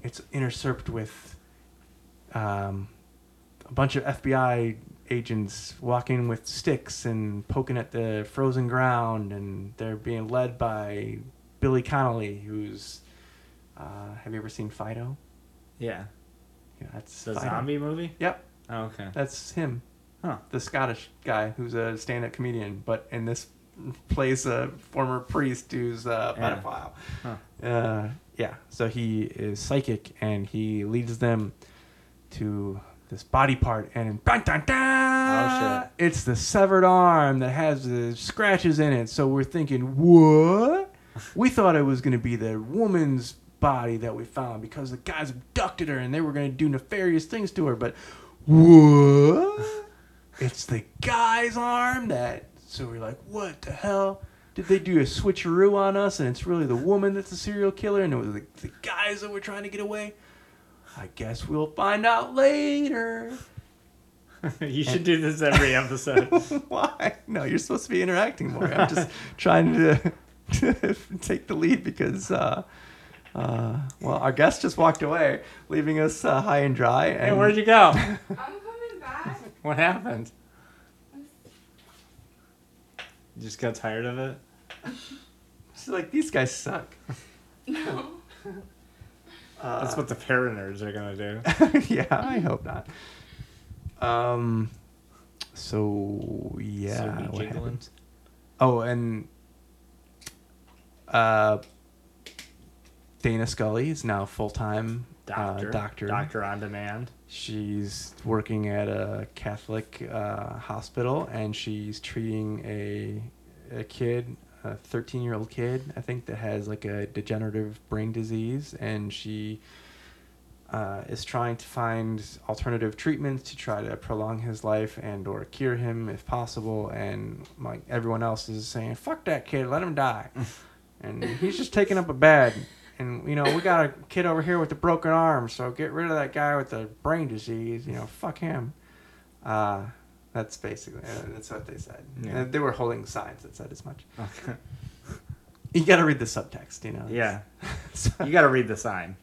E: it's intercepted with um, a bunch of FBI agents walking with sticks and poking at the frozen ground and they're being led by Billy Connolly who's uh, have you ever seen Fido?
B: yeah,
E: Yeah, that's
B: it's a
E: Fido.
B: zombie movie.
E: Yep.
B: Oh, okay.
E: That's him.
B: Huh.
E: The Scottish guy who's a stand-up comedian, but in this plays a former priest who's a
B: Yeah.
E: pedophile.
B: Huh.
E: Uh, yeah. So he is psychic, and he leads them to this body part, and dun, dun, dun,
B: Oh, shit.
E: it's the severed arm that has the scratches in it. So we're thinking, what? we thought it was going to be the woman's body that we found because the guys abducted her and they were going to do nefarious things to her, but what? it's the guy's arm that. So we're like, what the hell? Did they do a switcheroo on us and it's really the woman that's the serial killer and it was the, the guys that were trying to get away? I guess we'll find out later.
B: you should do this every episode.
E: Why? No, you're supposed to be interacting more. I'm just trying to, to take the lead because, uh, uh, well, our guest just walked away, leaving us uh, high and dry.
B: hey,
E: And
B: where'd you go?
C: I'm coming back.
B: What happened? You just got tired of it.
E: She's like, these guys suck.
C: No.
E: Uh,
B: That's what the para nerds are gonna do.
E: yeah, I hope not. Um, so yeah,
B: So we
E: what
B: jiggling?
E: happened? Uh, Oh, and uh, Dana Scully is now full time
B: Doctor,
E: Uh, doctor.
B: doctor on demand.
E: She's working at a Catholic uh, hospital, and she's treating a a kid, a thirteen year old kid, I think, that has like a degenerative brain disease, and she uh, is trying to find alternative treatments to try to prolong his life and or cure him if possible. And like everyone else is saying, "Fuck that kid, let him die," and he's just taking up a bed. And you know, we got a kid over here with a broken arm, so get rid of that guy with the brain disease. You know, fuck him. Uh, that's basically uh, that's what they said.
B: Yeah.
E: Uh, They were holding signs that said as much.
B: Okay.
E: You got to read the subtext, you know.
B: Yeah,
E: So,
B: you got to read the sign.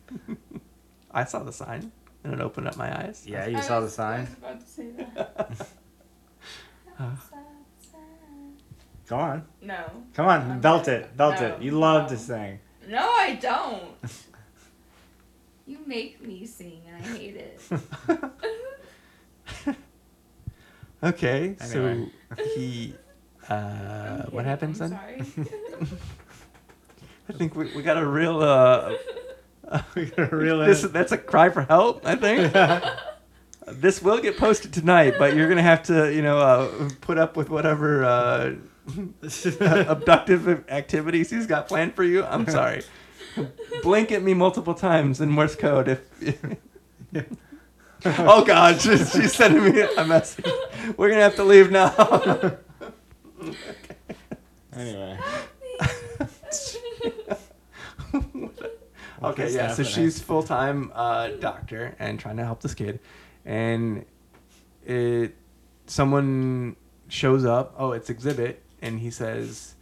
E: I saw the sign and it opened up my eyes.
B: Yeah, you
C: I
B: saw the
C: was- I
B: sign.
C: was about to say that.
B: Go on.
C: No.
B: Come on, belt it, belt
C: No.
B: it. You love to sing.
C: No, I don't. you make me sing, and I hate it.
E: Okay,
B: Anyway.
E: so he. Uh,
C: I'm
E: what
C: kidding,
E: happens
C: I'm
E: then?
C: Sorry.
E: I think we, we got a real. Uh,
B: We gotta reel it
E: this,
B: in.
E: that's a cry for help, I think. this will get posted tonight, but you're going to have to, you know, uh, put up with whatever uh, abductive activities he's got planned for you. I'm sorry. Blink at me multiple times in Morse code if. oh God, she's, she's sending me a message. We're gonna have to leave now.
B: Anyway,
E: okay,
B: is
E: yeah. So
B: happening?
E: she's full time uh, doctor and trying to help this kid, and it someone shows up. Oh, it's exhibit, and he says,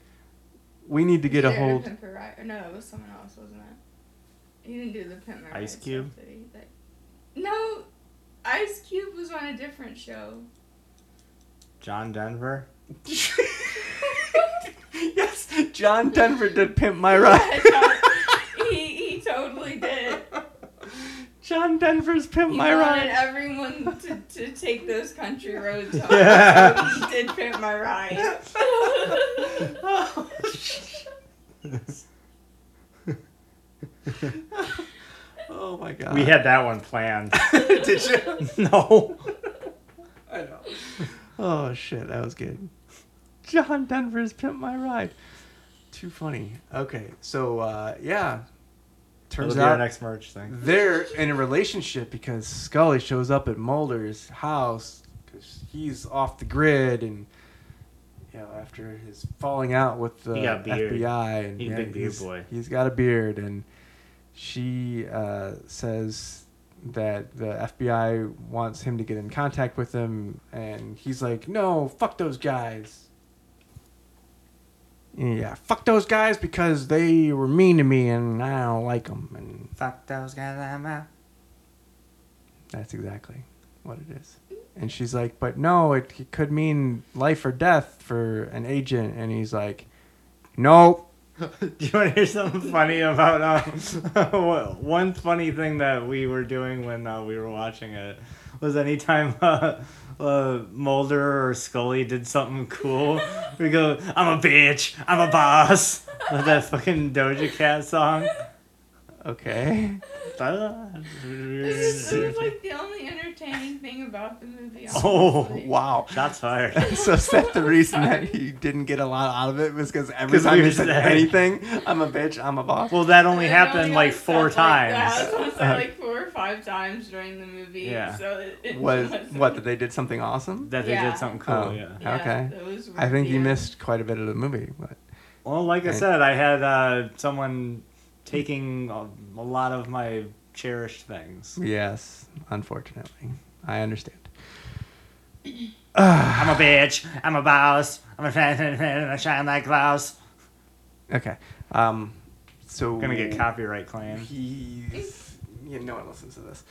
E: "We need to get a
C: Either
E: hold."
C: Pimp a Ri- no, it was someone else, wasn't it? He didn't do the Pimp My
B: Ice
C: Ride
B: Cube?
C: Stuff, did he? That- no, Ice Cube was on a different show.
B: John Denver.
E: yes, John Denver did pimp my ride.
C: he, he totally did.
E: John Denver's pimp
C: He
E: my
C: wanted
E: ride.
C: everyone to, to take those country roads home.
B: Yeah.
C: So he did Pimp My Ride.
E: Oh, oh my god.
B: we had that one planned.
E: Did you?
B: no.
E: I know. Oh shit, that was good. John Denver's pimp my ride. Too funny. Okay, so uh, yeah,
B: It'll
E: turns
B: be our
E: out
B: next merge thing.
E: they're in a relationship because Scully shows up at Mulder's house because he's off the grid and you know after his falling out with the
B: He got a beard.
E: FBI and
B: He's a
E: yeah,
B: big beard
E: he's-
B: boy.
E: He's got a beard and she uh, says that the FBI wants him to get in contact with them and he's like, no, fuck those guys. Yeah, fuck those guys because they were mean to me and I don't like them and
B: Fuck those guys, I'm out.
E: that's exactly what it is. And she's like, but no, it, it could mean life or death for an agent. And he's like, nope.
B: Do you want to hear something funny about um, one funny thing that we were doing when uh, we were watching it was anytime uh, uh, Mulder or Scully did something cool, we go, "I'm a bitch, I'm a boss." With that fucking Doja Cat song.
E: Okay.
C: This is, this is like the only entertaining thing about the movie.
B: Oh,
C: honestly.
E: Wow.
B: Shots fired.
E: So is that the reason that you didn't get a lot out of it was because every
B: 'Cause we
E: time
B: were
E: you said
B: sad.
E: anything, I'm a bitch, I'm a boss.
B: Well, that only
C: It
B: happened like four
C: sounds like
B: times.
C: that. It sounds
E: Uh,
C: like four or five times during the movie.
B: Yeah.
C: So it, it
E: Was
C: wasn't-
E: what that they did something awesome?
B: That they
C: Yeah.
B: did something cool,
E: Oh.
B: yeah.
C: Yeah,
E: Okay.
C: that was
E: I think
C: weird,
E: you
C: yeah.
E: missed quite a bit of the movie, but
B: Well, like I
E: Right.
B: said, I had uh, someone taking a, a lot of my cherished things.
E: yes, unfortunately, I understand.
B: I'm a bitch. I'm a boss. I'm a fan and I shine like Klaus.
E: Okay, um, so
B: We're gonna get copyright claim.
E: He's. Yeah, no one listens to this.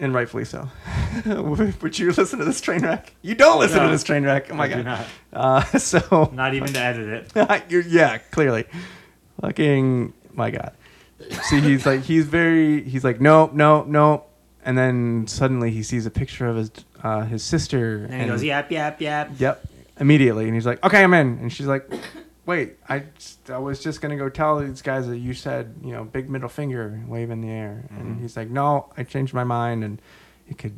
E: and rightfully so. Would you listen to this train wreck? You don't listen
B: No.
E: to this train wreck. Oh my
B: I do
E: god.
B: Not,
E: Uh, so.
B: not even to edit it.
E: You're, yeah, clearly. Fucking. My god. See, he's like, he's very. He's like, nope, nope, nope. And then suddenly he sees a picture of his uh, his sister.
B: And he goes, yap, yap, yap.
E: Yep. Immediately, and he's like, "Okay, I'm in." And she's like, "Wait, I, just- I was just gonna go tell these guys that you said, you know, big middle finger, wave in the air." And he's like, "No, I changed my mind, and it could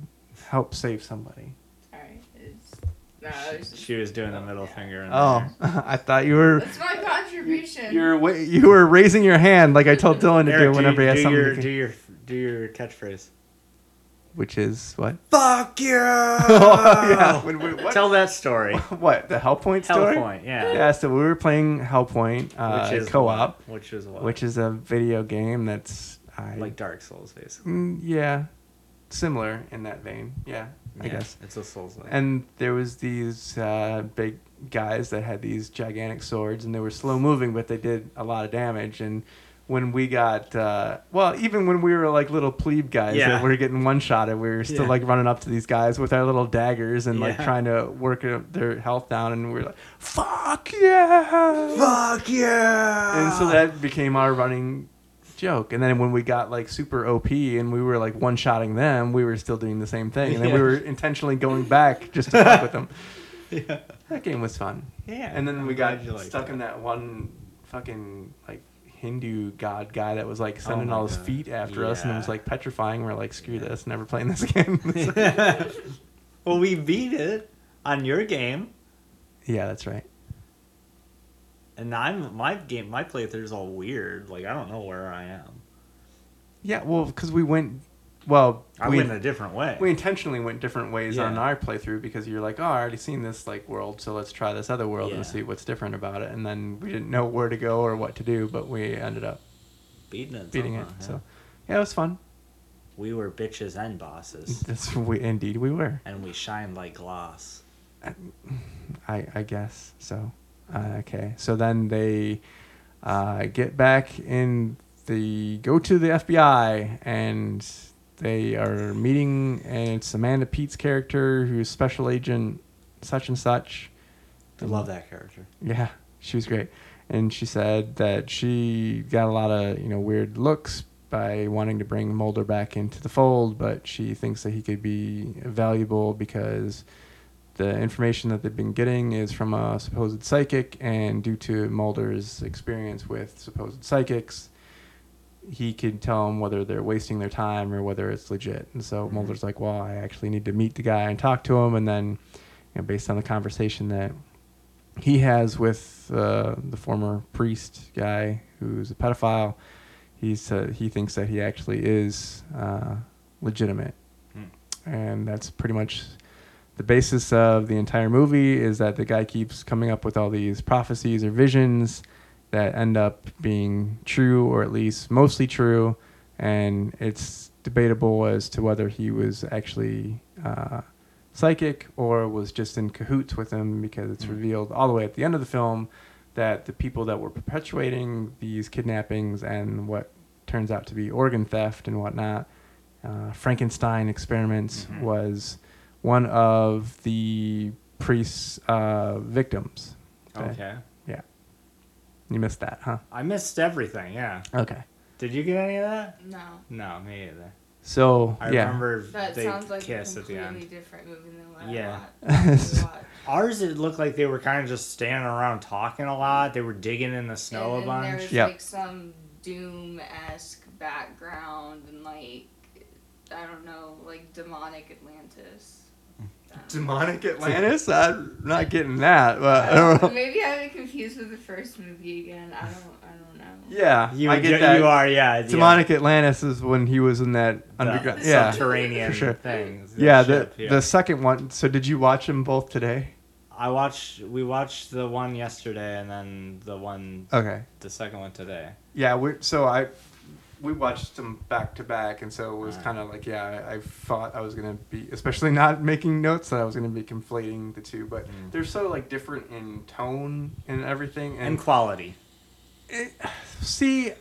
E: help save somebody."
C: Sorry, it's- no, it was just-
B: She was doing the middle finger. In
E: Oh, I thought you were
C: That's my contribution.
E: you were wa- you were raising your hand like I told Dylan to
B: there.
E: do
B: Eric, do,
E: whenever he
B: do,
E: has
B: do,
E: something,
B: your,
E: to
B: do
E: do.
B: your do your catchphrase.
E: which is what?
B: Fuck you!
E: Oh, yeah. When we- what?
B: Tell that story.
E: what the hell point
B: Tell
E: story?
B: point. Yeah.
E: Yeah, so we were playing Hellpoint uh, co-op,
B: what? Which is what?
E: which is a video game that's I
B: like Dark Souls, basically.
E: Mm, yeah, similar in that vein. Yeah, I
B: Yeah,
E: guess.
B: it's a Souls like.
E: And there was these uh, big guys that had these gigantic swords, and they were slow moving, but they did a lot of damage. And when we got, uh, well, even when we were like little plebe guys
B: Yeah.
E: that were getting one shotted, we were still
B: Yeah.
E: like running up to these guys with our little daggers and like
B: Yeah.
E: trying to work it- their health down. And we were like, "Fuck yeah!"
B: Fuck yeah!
E: and
B: Ah.
E: so that became our running joke. And then when we got like super OP and we were like one shotting them, we were still doing the same thing. And then we
B: Yeah.
E: were intentionally going back just to fuck with them.
B: yeah,
E: That game was fun.
B: yeah.
E: And then
B: I'm
E: we
B: glad
E: got
B: you liked
E: stuck
B: that.
E: in that one fucking like Hindu god guy that was like
B: Oh
E: sending
B: my
E: all his
B: God.
E: feet after us and it was
B: Yeah.
E: like petrifying. We're like, screw this, never playing this again. So-
B: well, we beat it on your game,
E: yeah, that's right.
B: and I'm my game. My playthrough's all weird. Like I don't know where I am.
E: Yeah, well, because we went, well,
B: I
E: we,
B: went a different way.
E: we intentionally went different ways on
B: Yeah.
E: our playthrough because you're like, oh, I already seen this like world, so let's try this other world
B: Yeah.
E: and see what's different about it. And then we didn't know where to go or what to do, but we ended up
B: beating it.
E: beating it.
B: somehow, yeah.
E: So yeah, it was fun.
B: we were bitches and bosses,
E: That's we indeed we were.
B: and we shined like glass.
E: I I guess so. Uh, okay, so then they uh, get back in the go to the FBI and they are meeting and it's Amanda Pete's character who's special agent such and such.
B: I
E: Mm.
B: love that character.
E: Yeah, she was great. And she said that she got a lot of, you know, weird looks by wanting to bring Mulder back into the fold, but she thinks that he could be valuable because the information that they've been getting is from a supposed psychic, and due to Mulder's experience with supposed psychics, he could tell them whether they're wasting their time or whether it's legit. And so
B: Mhm.
E: Mulder's like, well, I actually need to meet the guy and talk to him. And then, you know, based on the conversation that he has with uh, the former priest guy who's a pedophile, he's, uh, he thinks that he actually is uh, legitimate.
B: Hmm.
E: And that's pretty much the basis of the entire movie is that the guy keeps coming up with all these prophecies or visions that end up being true or at least mostly true and it's debatable as to whether he was actually uh, psychic or was just in cahoots with him because it's
B: Mm.
E: revealed all the way at the end of the film that the people that were perpetuating these kidnappings and what turns out to be organ theft and whatnot uh, frankenstein experiments
B: Mhm.
E: was one of the priest's uh, victims Okay. you missed that huh
B: I missed everything. Yeah.
E: okay
B: Did you get any of that?
C: No.
B: No, me either.
E: so
B: I
E: yeah
B: remember
C: That
B: they
C: sounds like
B: kiss
C: a
B: at the
C: completely
B: end.
C: different movie than what
B: Yeah.
C: I watched. What we watched.
B: Ours, it looked like they were kind of just standing around talking a lot. They were digging in the snow
C: and,
B: a
C: then
B: bunch.
C: There was
E: Yeah.
C: like some doom esque background and like I don't know, like demonic Atlantis. I don't know.
E: demonic Atlantis? I'm not getting that, but I don't know.
C: Maybe I'm confused with the first movie again. I don't. I don't know.
E: Yeah,
B: You,
E: I
B: you,
E: get that.
B: you are, yeah. the-
E: demonic Atlantis is when he was in that
B: the
E: underground. Yeah,
B: Subterranean
E: For sure.
B: things.
E: yeah. The
B: ship, yeah.
E: the second one. So did you watch them both today?
B: I watched, we watched the one yesterday and then the one,
E: Okay.
B: the second one today.
E: Yeah. We so I we watched them back to back, and so it was
B: Alright.
E: kind of like yeah. I, I thought I was gonna be, especially not making notes, that I was gonna be conflating the two, but
B: Mm.
E: they're so like different in tone and everything,
B: And quality.
E: See,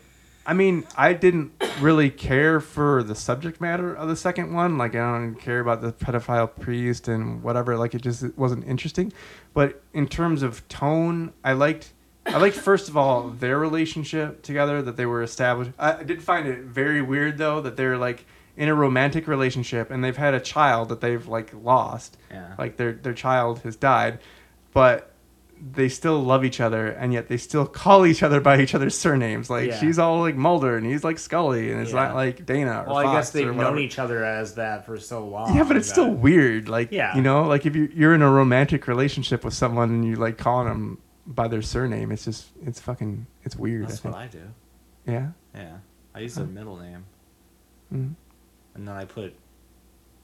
E: I mean, I didn't really care for the subject matter of the second one. Like, I don't care about the pedophile priest and whatever. Like, it just wasn't interesting. But in terms of tone, I liked. I liked first of all their relationship together that they were established. I, I did find it very weird though that they're like in a romantic relationship and they've had a child that they've like lost
B: Yeah.
E: like their their child has died, but they still love each other, and yet they still call each other by each other's surnames. Like
B: Yeah.
E: she's all like Mulder, and he's like Scully, and it's
B: Yeah.
E: not like Dana. Or
B: well, I
E: Fox
B: guess they've
E: or
B: known
E: whatever.
B: each other as that for so long.
E: Yeah, but it's still
B: that-
E: weird. Like
B: Yeah.
E: you know, like if you you're in a romantic relationship with someone and you like calling them by their surname, it's just it's fucking it's weird. I
B: That's
E: think.
B: what I do.
E: yeah.
B: Yeah. I use a middle name.
E: Mm.
B: And then I put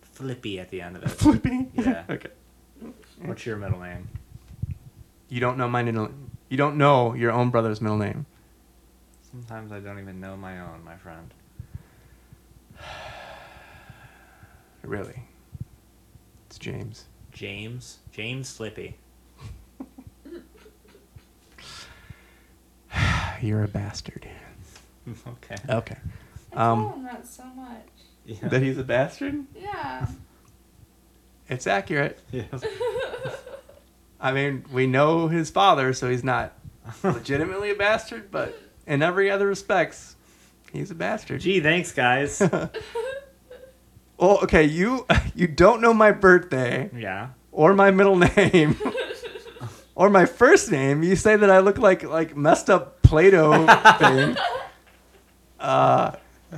B: Flippy at the end of it.
E: Flipping.
B: Yeah.
E: okay.
B: What's your middle name?
E: You don't know my middle. You don't know your own brother's middle name.
B: Sometimes I don't even know my own, my friend.
E: Really. It's James.
B: James? James Flippy.
E: You're a bastard.
B: okay.
E: Okay.
C: I
E: Um,
C: told him that so much.
B: Yeah.
E: he's a bastard?
C: Yeah.
E: It's accurate.
B: Yes.
E: I mean, we know his father, so he's not legitimately a bastard, but in every other respects, he's a bastard.
B: Gee, thanks, guys.
E: Oh, okay, you you don't know my birthday
B: yeah.
E: or my middle name or my first name. You say that I look like like messed up Play-Doh thing. Uh,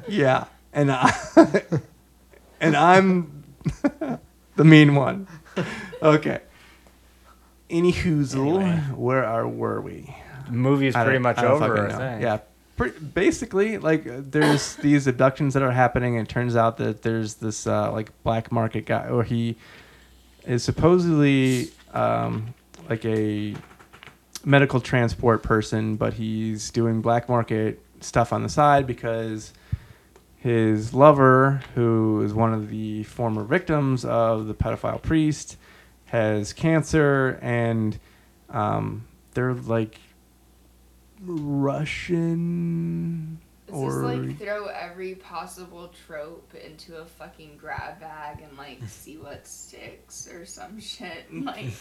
E: yeah, and I and I'm the mean one. Okay. Any hoozle,
B: Anyway.
E: where are were we?
B: The movie's
E: I
B: pretty
E: don't-
B: much
E: I don't
B: over.
E: fucking know.
B: I think.
E: Yeah. Pretty, basically, like uh, there's these abductions that are happening, and it turns out that there's this uh, like black market guy, or he is supposedly um, like a medical transport person, but he's doing black market stuff on the side because his lover, who is one of the former victims of the pedophile priest, has cancer and um, they're like Russian
C: It's
E: or
C: just like throw every possible trope into a fucking grab bag and like see what sticks or some shit. Like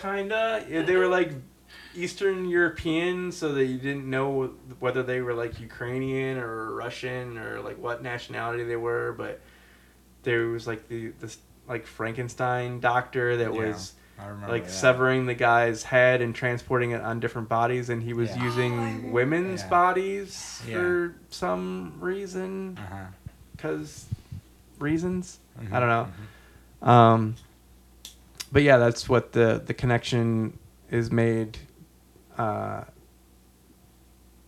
E: kinda. Yeah, they were like Eastern European, so that you didn't know whether they were like Ukrainian or Russian or like what nationality they were. But there was like the this like Frankenstein doctor that
B: Yeah,
E: was
B: I remember
E: like
B: that.
E: severing the guy's head and transporting it on different bodies, and he was
B: Yeah.
C: Oh, I remember.
E: using women's
B: Yeah.
E: bodies
B: Yeah.
E: for some reason,
B: Uh-huh.
E: because reasons.
B: Mhm,
E: I don't know. Um, but yeah, that's what the the connection is made. Uh,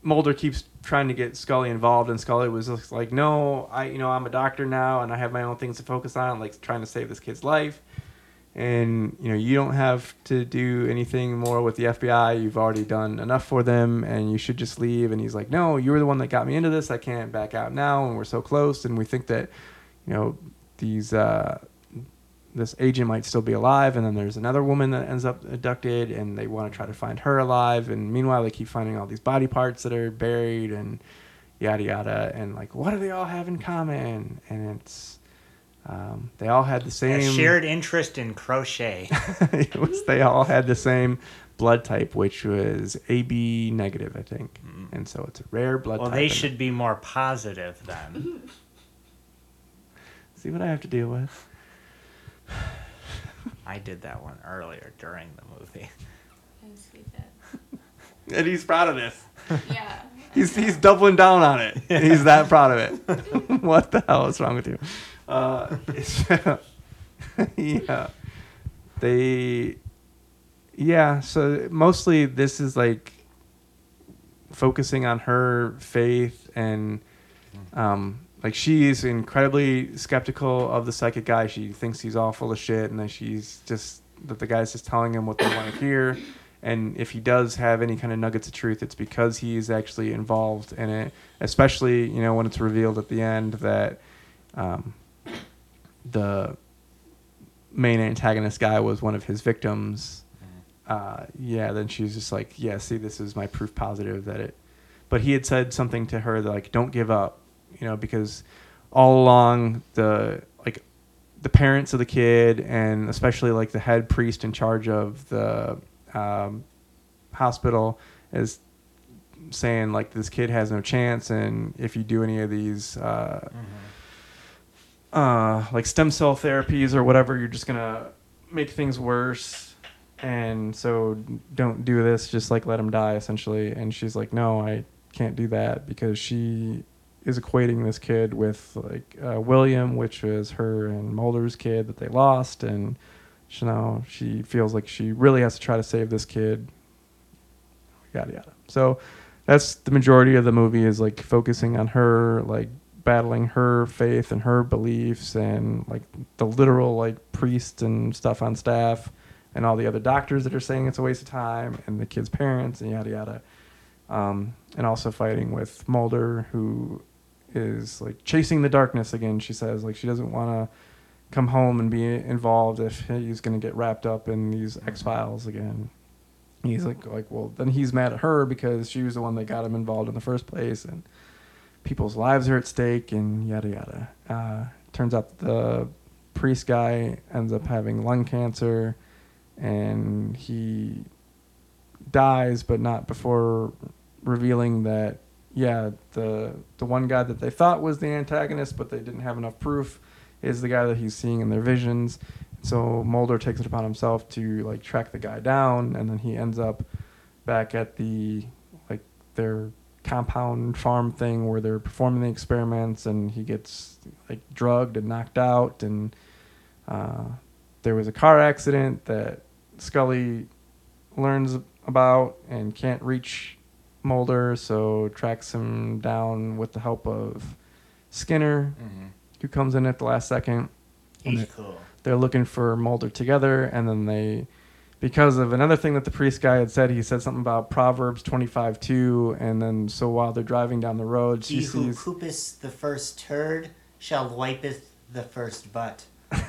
E: Mulder keeps trying to get Scully involved, and Scully was just like, "No, I you know I'm a doctor now, and I have my own things to focus on, like trying to save this kid's life." And you know you don't have to do anything more with the FBI. You've already done enough for them, and you should just leave. And he's like, "No, you were the one that got me into this. I can't back out now, and we're so close, and we think that you know these uh, this agent might still be alive and then there's another woman that ends up abducted and they want to try to find her alive and meanwhile they keep finding all these body parts that are buried and yada yada and like what do they all have in common and it's um, they all had the
B: A
E: same
B: shared interest in crochet.
E: it was they all had the same blood type which was ab negative i think and so it's a rare blood
B: well,
E: type
B: they
E: and-
B: should be more positive then.
E: see what i have to deal with
B: I did that one earlier during the movie.
E: and he's proud of this
C: yeah.
E: He's he's doubling down on it. He's that proud of it. what the hell is wrong with you? Uh, it's, yeah, they, yeah. So mostly this is like focusing on her faith and,
B: Mm-hmm.
E: um, like she's incredibly skeptical of the psychic guy. She thinks he's all full of shit, and that she's just that the guy's just telling him what they want to hear and if he does have any kind of nuggets of truth, it's because he is actually involved in it. Especially, you know, when it's revealed at the end that um, the main antagonist guy was one of his victims. Uh, yeah, then she's just like, yeah, see, this is my proof positive that it. But he had said something to her that like, don't give up, you know, because all along the like the parents of the kid and especially like the head priest in charge of the um, hospital is saying like this kid has no chance and if you do any of these uh,
B: Mm-hmm.
E: uh, like stem cell therapies or whatever you're just gonna make things worse and so don't do this just like let him die essentially and she's like no i can't do that because she is equating this kid with like uh, william which was her and mulder's kid that they lost and she now she feels like she really has to try to save this kid yada yada so that's the majority of the movie is like focusing on her like battling her faith and her beliefs and like the literal like priests and stuff on staff and all the other doctors that are saying it's a waste of time and the kid's parents and yada yada um, and also fighting with mulder who is like chasing the darkness again she says like she doesn't want to come home and be involved if he's going to get wrapped up in these X Files again. And He's like, like, well, then he's mad at her because she was the one that got him involved in the first place, and people's lives are at stake, and yada yada. Uh, turns out the priest guy ends up having lung cancer, and he dies, but not before revealing that, yeah, the the one guy that they thought was the antagonist, but they didn't have enough proof, is the guy that he's seeing in their visions. So Mulder takes it upon himself to like track the guy down, and then he ends up back at the like their compound farm thing where they're performing the experiments, and he gets like drugged and knocked out, and uh, there was a car accident that Scully learns about and can't reach Mulder, so tracks him down with the help of Skinner,
B: Mm-hmm.
E: who comes in at the last second.
B: He's cool.
E: They're looking for Mulder together, and then they because of another thing that the priest guy had said. He said something about Proverbs 25 2, and then so while they're driving down the road, she
G: He who
E: sees.
G: poopeth the first turd shall wipeth the first butt.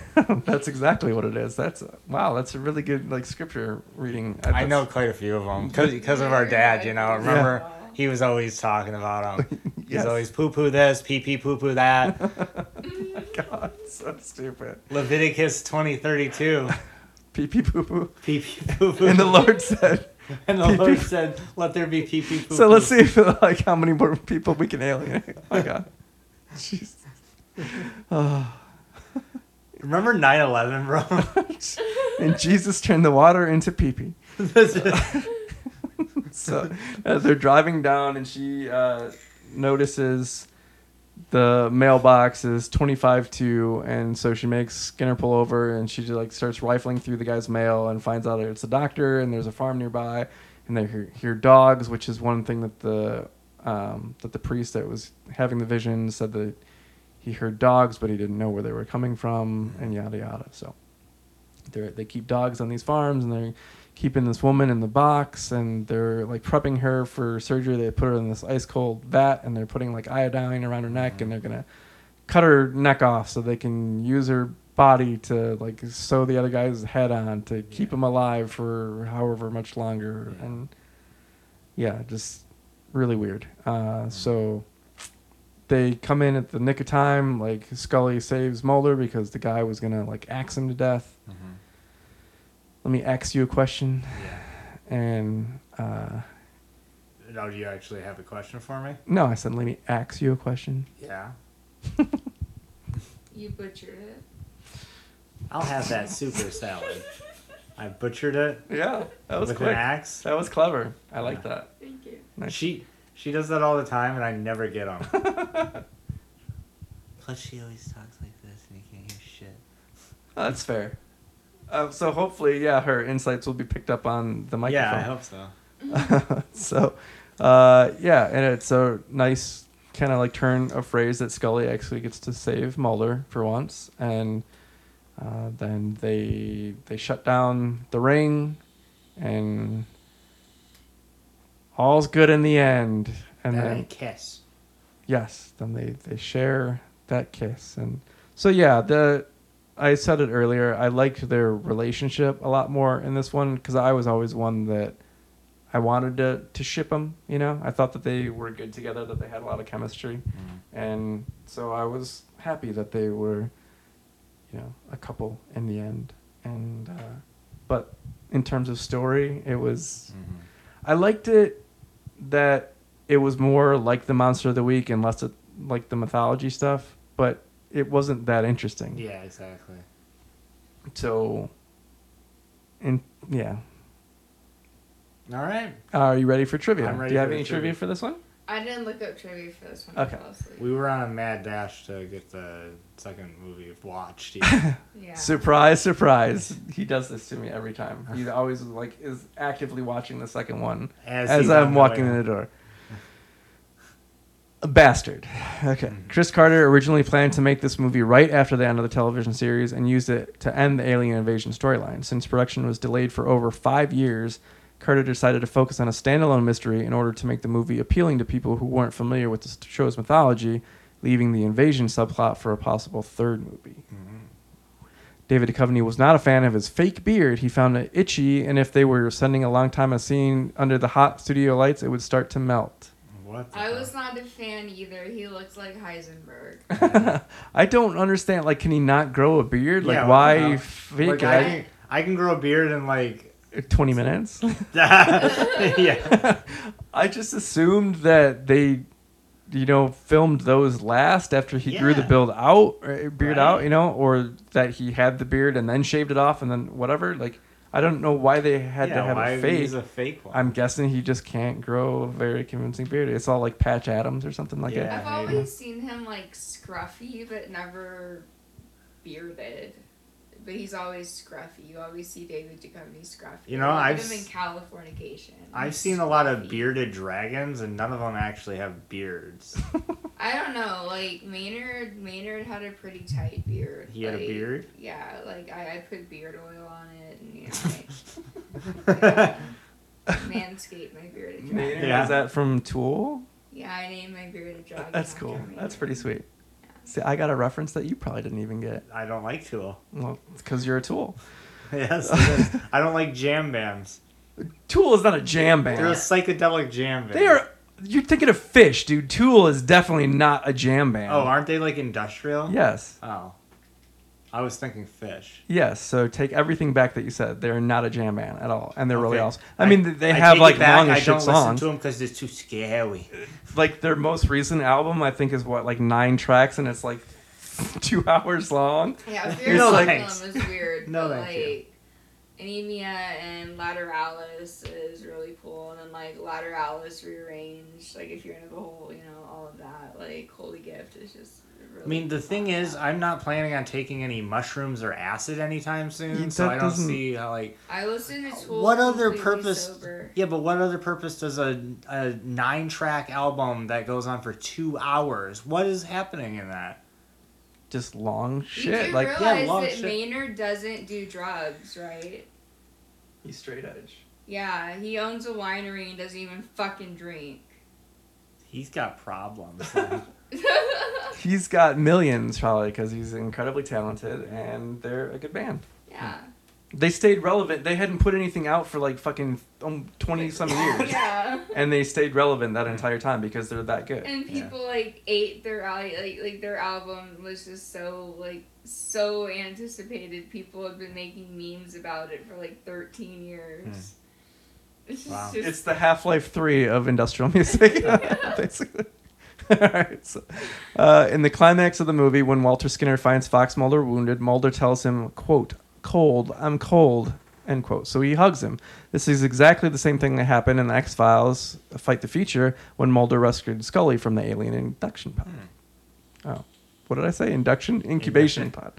E: that's exactly what it is. That's wow. That's a really good like scripture reading.
B: I know quite a few of them because of our dad. You know, I remember he was always talking about them.
E: Yes.
B: He's always poo poo this, pee pee poo poo that.
E: God, so stupid.
B: Leviticus twenty thirty two.
E: Pee pee poo poo.
B: Pee pee poo poo.
E: And the Lord said,
B: and the
E: pee, pee,
B: Lord
E: poo.
B: said, "Let there be pee pee poo."
E: "So let's see if like how many more people we can alienate." My God, jeez. Oh.
B: Remember 9-11, bro?
E: and Jesus turned the water into pee pee.
B: This is-
E: so as they're driving down and she uh, notices the mailbox is 25 2 and so she makes skinner pull over and she just, like starts rifling through the guy's mail and finds out it's a doctor and there's a farm nearby and they hear, hear dogs which is one thing that the um, that the priest that was having the vision said that he heard dogs but he didn't know where they were coming from and yada yada so they're, they keep dogs on these farms and they're keeping this woman in the box and they're like prepping her for surgery. They put her in this ice cold vat and they're putting like iodine around her neck and they're gonna cut her neck off so they can use her body to like sew the other guy's head on to keep him alive for however much longer
B: Yeah.
E: and yeah, just really weird. Uh, so they come in at the nick of time. Like Scully saves Mulder because the guy was gonna like axe him to death let me ask you a question. And uh,
B: Now, Oh, do you actually have a question for me?
E: no, I said, let me ask you a question.
B: Yeah.
C: You butchered it.
B: I'll have that super salad. I butchered it
E: Yeah, that was
B: with
E: quick.
B: an axe.
E: That was clever. I like
B: Yeah.
E: that.
C: Thank you.
E: Nice.
B: She she does that all the time, and I never get them.
G: Plus, she always talks like this and you can't hear shit.
E: Oh, that's fair. Uh, so hopefully, yeah, her insights will be picked up on the microphone.
B: yeah, I hope so.
E: so, uh, yeah, and it's a nice kind of like turn of phrase that Scully actually gets to save Mulder for once, and uh, then they they shut down the ring, and all's good in the end. And
B: And
E: then
B: a kiss.
E: yes, then they they share that kiss, and so yeah, the I said it earlier. I liked their relationship a lot more in this one because I was always one that I wanted to to ship them. You know, I thought that they were good together, that they had a lot of chemistry, and so I was happy that they were, you know, a couple in the end. And uh, but in terms of story, it
B: Mm.
E: was
B: Mm-hmm.
E: I liked it that it was more like the monster of the week and less of, like the mythology stuff, but it wasn't that interesting.
B: Yeah, exactly.
E: So, and yeah,
B: All right.
E: are you ready for trivia?
B: I'm ready
E: Do you have
B: for
E: any
B: the trivia.
E: trivia for this one?
C: I didn't look up trivia for this one.
E: Okay.
C: I fell asleep.
B: We were on a mad dash to get the second movie watched. even.
C: yeah.
E: Surprise, surprise! He does this to me every time. He always like is actively watching the second one as
B: he's on
E: I'm
B: the
E: walking
B: way
E: in the
B: home.
E: door. A bastard. Okay. Chris Carter originally planned to make this movie right after the end of the television series and used it to end the alien invasion storyline. Since production was delayed for over five years, Carter decided to focus on a standalone mystery in order to make the movie appealing to people who weren't familiar with the show's mythology, leaving the invasion subplot for a possible third movie.
B: "Mm-hmm.
E: David Duchovny was not a fan of his fake beard. He found it itchy, and if they were sending a long time a scene under the hot studio lights, it would start to melt.
B: What? the
C: I
B: fuck?
C: was not a fan either. He looked like Heisenberg.
E: I don't understand. Like, can he not grow a beard? Like,
B: Yeah, what
E: why
B: the hell?
E: fake
B: Like, I,
E: it?
B: can, I can grow a beard in like.
E: Twenty minutes.
B: yeah.
E: I just assumed that they, you know, filmed those last after he grew the
B: Yeah.
E: build out, uh, beard
B: Right.
E: out, you know, or that he had the beard and then shaved it off and then whatever. Like, I don't know why they had to
B: yeah,
E: have
B: why
E: a fake.
B: use a fake one?
E: I'm guessing he just can't grow a very convincing beard. It's all like Patch Adams or something like
B: Yeah.
E: that.
C: I've
B: maybe.
C: always seen him like scruffy, but never bearded. But he's always scruffy. You always see David Duchovny scruffy.
B: You know,
C: I
B: I've
C: him in
B: s-
C: Californication.
B: I've
C: He's
B: seen a lot of
C: scruffy.
B: bearded dragons, and none of them actually have beards.
C: I don't know, like Maynard. Maynard had a pretty tight beard.
B: He had a
C: like-
B: beard?
C: Yeah, like I, I put beard oil on it, and you know, like, Manscaped my bearded dragon.
E: Nader,
B: Yeah.
E: Is that from Tool?
C: Yeah, I named my bearded dragon.
E: That's
C: after
E: cool.
C: me.
E: That's pretty sweet. See, I got a reference that you probably didn't even get.
B: I don't like Tool.
E: Well, because you're a Tool.
B: Yes, it is. I don't like jam bands.
E: Tool is not a jam band.
B: They're a psychedelic jam band.
E: They are. You're thinking of Fish, dude. Tool is definitely not a jam band.
B: Oh, aren't they like industrial?
E: yes,
B: Oh, I was thinking fish.
E: yes. So take everything back that you said. They're not a jam band at all, and they're really
B: Okay.
E: awesome. I, mean, th- they
B: I
E: have
B: take
E: like
B: it back,
E: long
B: I
E: as
B: don't
E: shit
B: listen
E: songs.
B: to them because it's too scary.
E: Like their most recent album, I think, is what like nine tracks, and it's like two hours long.
C: Yeah,
B: You're
C: Fear no
B: thanks.
C: is weird.
B: No,
C: but,
B: thank you.
C: like, Anemia and Lateralis is really cool, and then like Lateralis rearranged. Like if you're into the whole, you know, all of that, like Holy Gift is just. Really
B: I mean, the thing is, I'm not planning on taking any mushrums or acid anytime soon,
E: Yeah,
B: so I
E: that
B: don't
E: doesn't-
B: see how like.
C: I listened to Tool
B: What other
C: completely
B: purpose-
C: Sober.
B: Yeah, but what other purpose does a a nine track album that goes on for two hours? What is happening in that?
E: Just long
C: you
E: shit.
C: do
E: Like
C: realize
B: long
C: that
B: shit.
C: Maynard doesn't do drugs, right?
E: he's straight edge.
C: Yeah, he owns a winery and doesn't even fucking drink.
B: He's got problems.
E: He's got millions probably because he's incredibly talented, and they're a good band.
C: yeah.
E: They stayed relevant. They hadn't put anything out for like fucking um, twenty some years.
C: Yeah.
E: and they stayed relevant that entire time because they're that good.
C: And
B: Yeah.
C: people like ate their al- like like their album was just so like so anticipated. People have been making memes about it for like thirteen years. It's just,
B: Wow.
C: just
E: It's the Half Life Three of industrial music, basically. All right. So, uh, in the climax of the movie, when Walter Skinner finds Fox Mulder wounded, Mulder tells him, "quote Cold, I'm cold." End quote. So he hugs him. This is exactly the same thing that happened in X Files: Fight the Future when Mulder rescued Scully from the alien induction pod. Oh, what did I say? Induction incubation pod.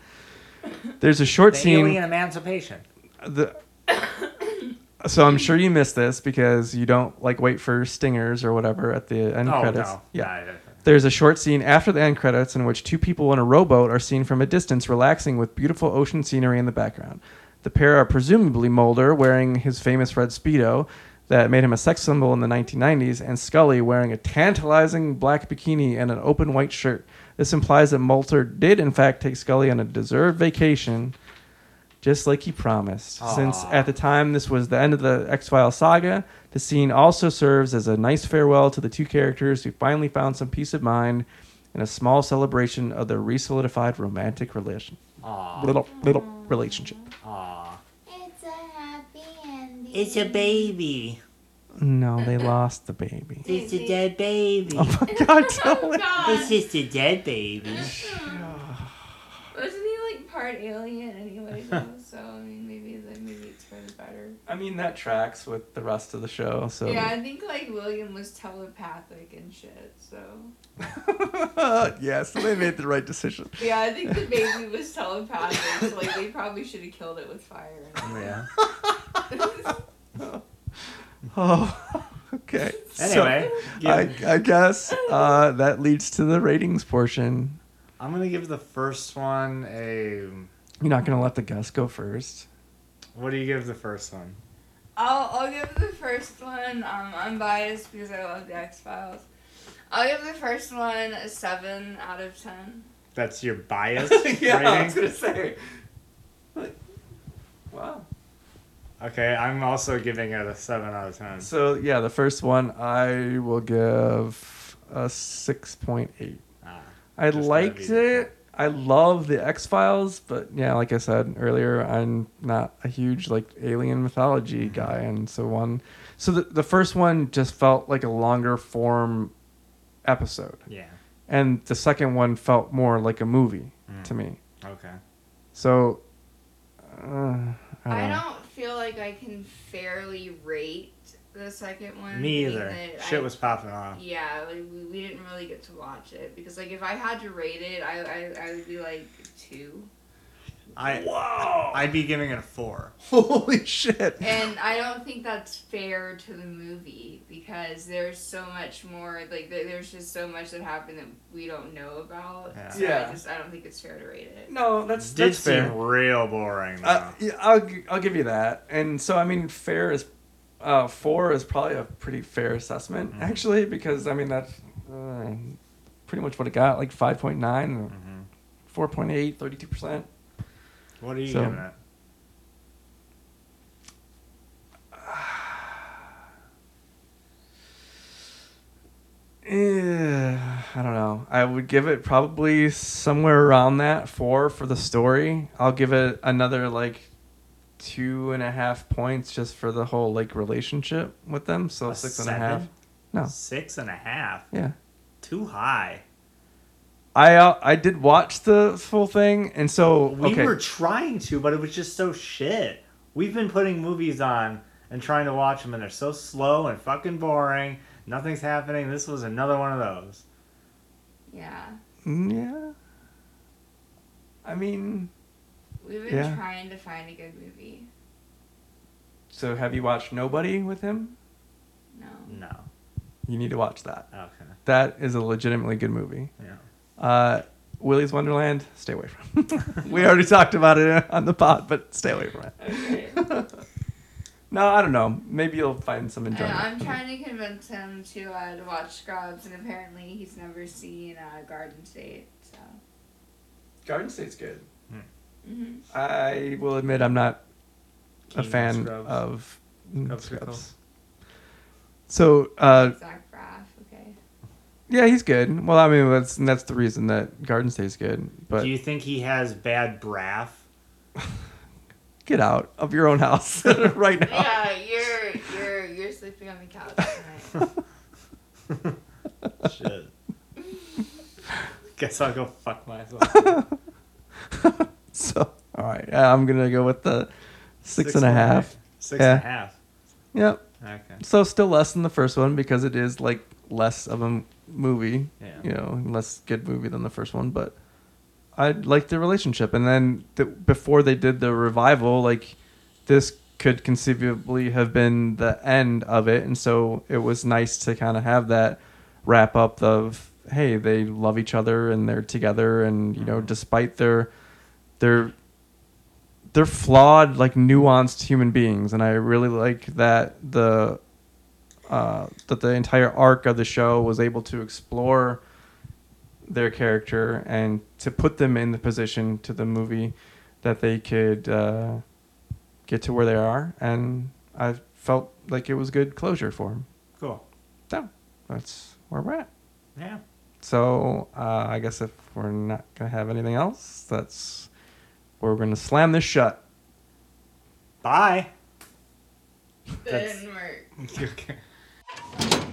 E: There's a short
B: the
E: scene.
B: alien emancipation.
E: the so I'm sure you missed this because you don't like wait for stingers or whatever at the end
B: oh
E: credits.
B: no!
E: Yeah.
B: Nah,
E: There's a short scene after the end credits in which two people in a rowboat are seen from a distance relaxing with beautiful ocean scenery in the background. The pair are presumably Mulder wearing his famous red Speedo that made him a sex symbol in the 1990s and Scully wearing a tantalizing black bikini and an open white shirt. This implies that Mulder did in fact take Scully on a deserved vacation just like he promised. Since
B: Aw.
E: at the time this was the end of the X Files saga, the scene also serves as a nice farewell to the two characters who finally found some peace of mind and a small celebration of their resolidified romantic relation.
B: Aw,
E: Little little relationship.
B: aw.
H: It's a happy ending.
I: It's a baby.
E: No, they lost the baby.
I: It's a dead baby.
E: Oh my god, Dylan.
I: It's just a dead baby.
C: wasn't he like part alien anyway? though? so I mean, maybe the, maybe it's for the better.
E: I mean that tracks with the rest of the show, so
C: Yeah, I think like William was telepathic and shit. So
E: yeah, so they made the right decision.
C: yeah, I think the baby was telepathic. So like they probably should have killed it with fire.
B: Yeah.
E: Oh okay. So-
B: Anyway,
E: I,
B: give-
E: I guess uh, that leads to the ratings portion.
B: I'm gonna give the first one a.
E: You're not gonna let the guest go first.
B: What do you give the first one?
C: I'll, I'll give the first one. Um, I'm biased because I love the X Files. I'll give the first one a seven out of ten.
B: That's your bias rating.
E: gonna say. wow.
B: Okay, I'm also giving it a seven out of ten.
E: So yeah, the first one I will give a six point eight.
B: Ah,
E: I
B: Just gotta
E: liked
B: be-
E: it. I love the X Files, but yeah, like I said earlier, I'm not a huge like alien mythology
B: Mm-hmm.
E: guy, and so one, so the the first one just felt like a longer form episode.
B: yeah.
E: and the second one felt more like a movie
B: Mm.
E: to me.
B: Okay.
E: So, uh, I don't.
C: I
E: know.
C: don't feel like I can fairly rate the second one.
B: Me
C: being
B: either.
C: that
B: Shit
C: I-
B: was popping off.
C: Yeah, like we, we didn't really get to watch it because like if I had to rate it, I I, I would be like two.
B: I
A: Wow.
B: I'd be giving it a four.
E: Holy shit.
C: And I don't think that's fair to the movie because there's so much more. Like there- there's just so much that happened that we don't know about.
B: Yeah.
C: So
A: Yeah.
C: I just I don't think it's fair to rate it.
A: no, that's
B: Did
A: that's fair.
B: seem real boring though.
E: Uh, yeah, I'll gi- I'll give you that. And so I mean, fair is uh, four is probably a pretty fair assessment
B: Mm-hmm.
E: actually because I mean that's uh, pretty much what it got like 5.9 or 4.8 32%.
B: Mm-hmm. what are you
E: so-
B: giving it?
E: Yeah, Eh, I don't know. I would give it probably somewhere around that four for the story. I'll give it another like two and a half points just for the whole like relationship with them. So
B: A
E: oh, six and a half.
B: seven?
E: No.
B: Six and a half.
E: Yeah.
B: Too high.
E: I uh, I did watch the full thing, and so
B: We
E: okay.
B: were trying to, but it was just so shit. We've been putting movies on and trying to watch them, and they're so slow and fucking boring. Nothing's happening. This was another one of those.
C: Yeah.
E: Mm, yeah. I mean,
C: We've been
E: Yeah.
C: trying to find a good movie.
E: so have you watched Nobody with him?
C: No.
B: No.
E: You need to watch that.
B: Okay.
E: That is a legitimately good movie.
B: Yeah.
E: Uh, Willy's Wonderland, stay away from. we already talked about it on the pod, but stay away from it.
C: Okay.
E: No, I don't know. Maybe you'll find some
C: And
E: enjoyment.
C: I'm
E: from it.
C: trying to convince him to uh, to watch Scrubs, and apparently he's never seen uh, Garden State. So.
E: Garden State's good.
C: Mhm.
E: I will admit I'm not
B: Keen
E: a
B: on
E: fan
B: Scrubs.
E: of mm,
B: Scrubs
E: Scrubs.
B: Pickles.
E: So uh,
C: Zach Braff. Okay.
E: yeah, he's good. Well, I mean that's that's the reason that Garden State's good. But
B: Do you think he has bad braff?
E: get out of your own house right now.
C: Yeah, you're you're you're sleeping on the couch tonight.
B: Shit. Guess I'll go fuck myself.
E: So all right, yeah, I'm gonna go with the six and a half.
B: Six and a
E: Yeah.
B: half.
E: Yep.
B: Okay.
E: So still less than the first one because it is like less of a m- movie.
B: Yeah.
E: You know, less good movie than the first one, but I liked the relationship. And then the, before they did the revival, like this could conceivably have been the end of it, and so it was nice to kind of have that wrap up of hey, they love each other and they're together, and you know, despite their their they're flawed, like nuanced human beings, and I really like that the uh, that the entire arc of the show was able to explore their character and to put them in the position to the movie that they could uh, get to where they are, and I felt like it was good closure for them.
B: Cool.
E: So that's where we're at.
B: Yeah.
E: So uh, I guess if we're not gonna have anything else, that's where we're gonna slam this shut.
B: Bye. That's-
C: Didn't work.
B: okay.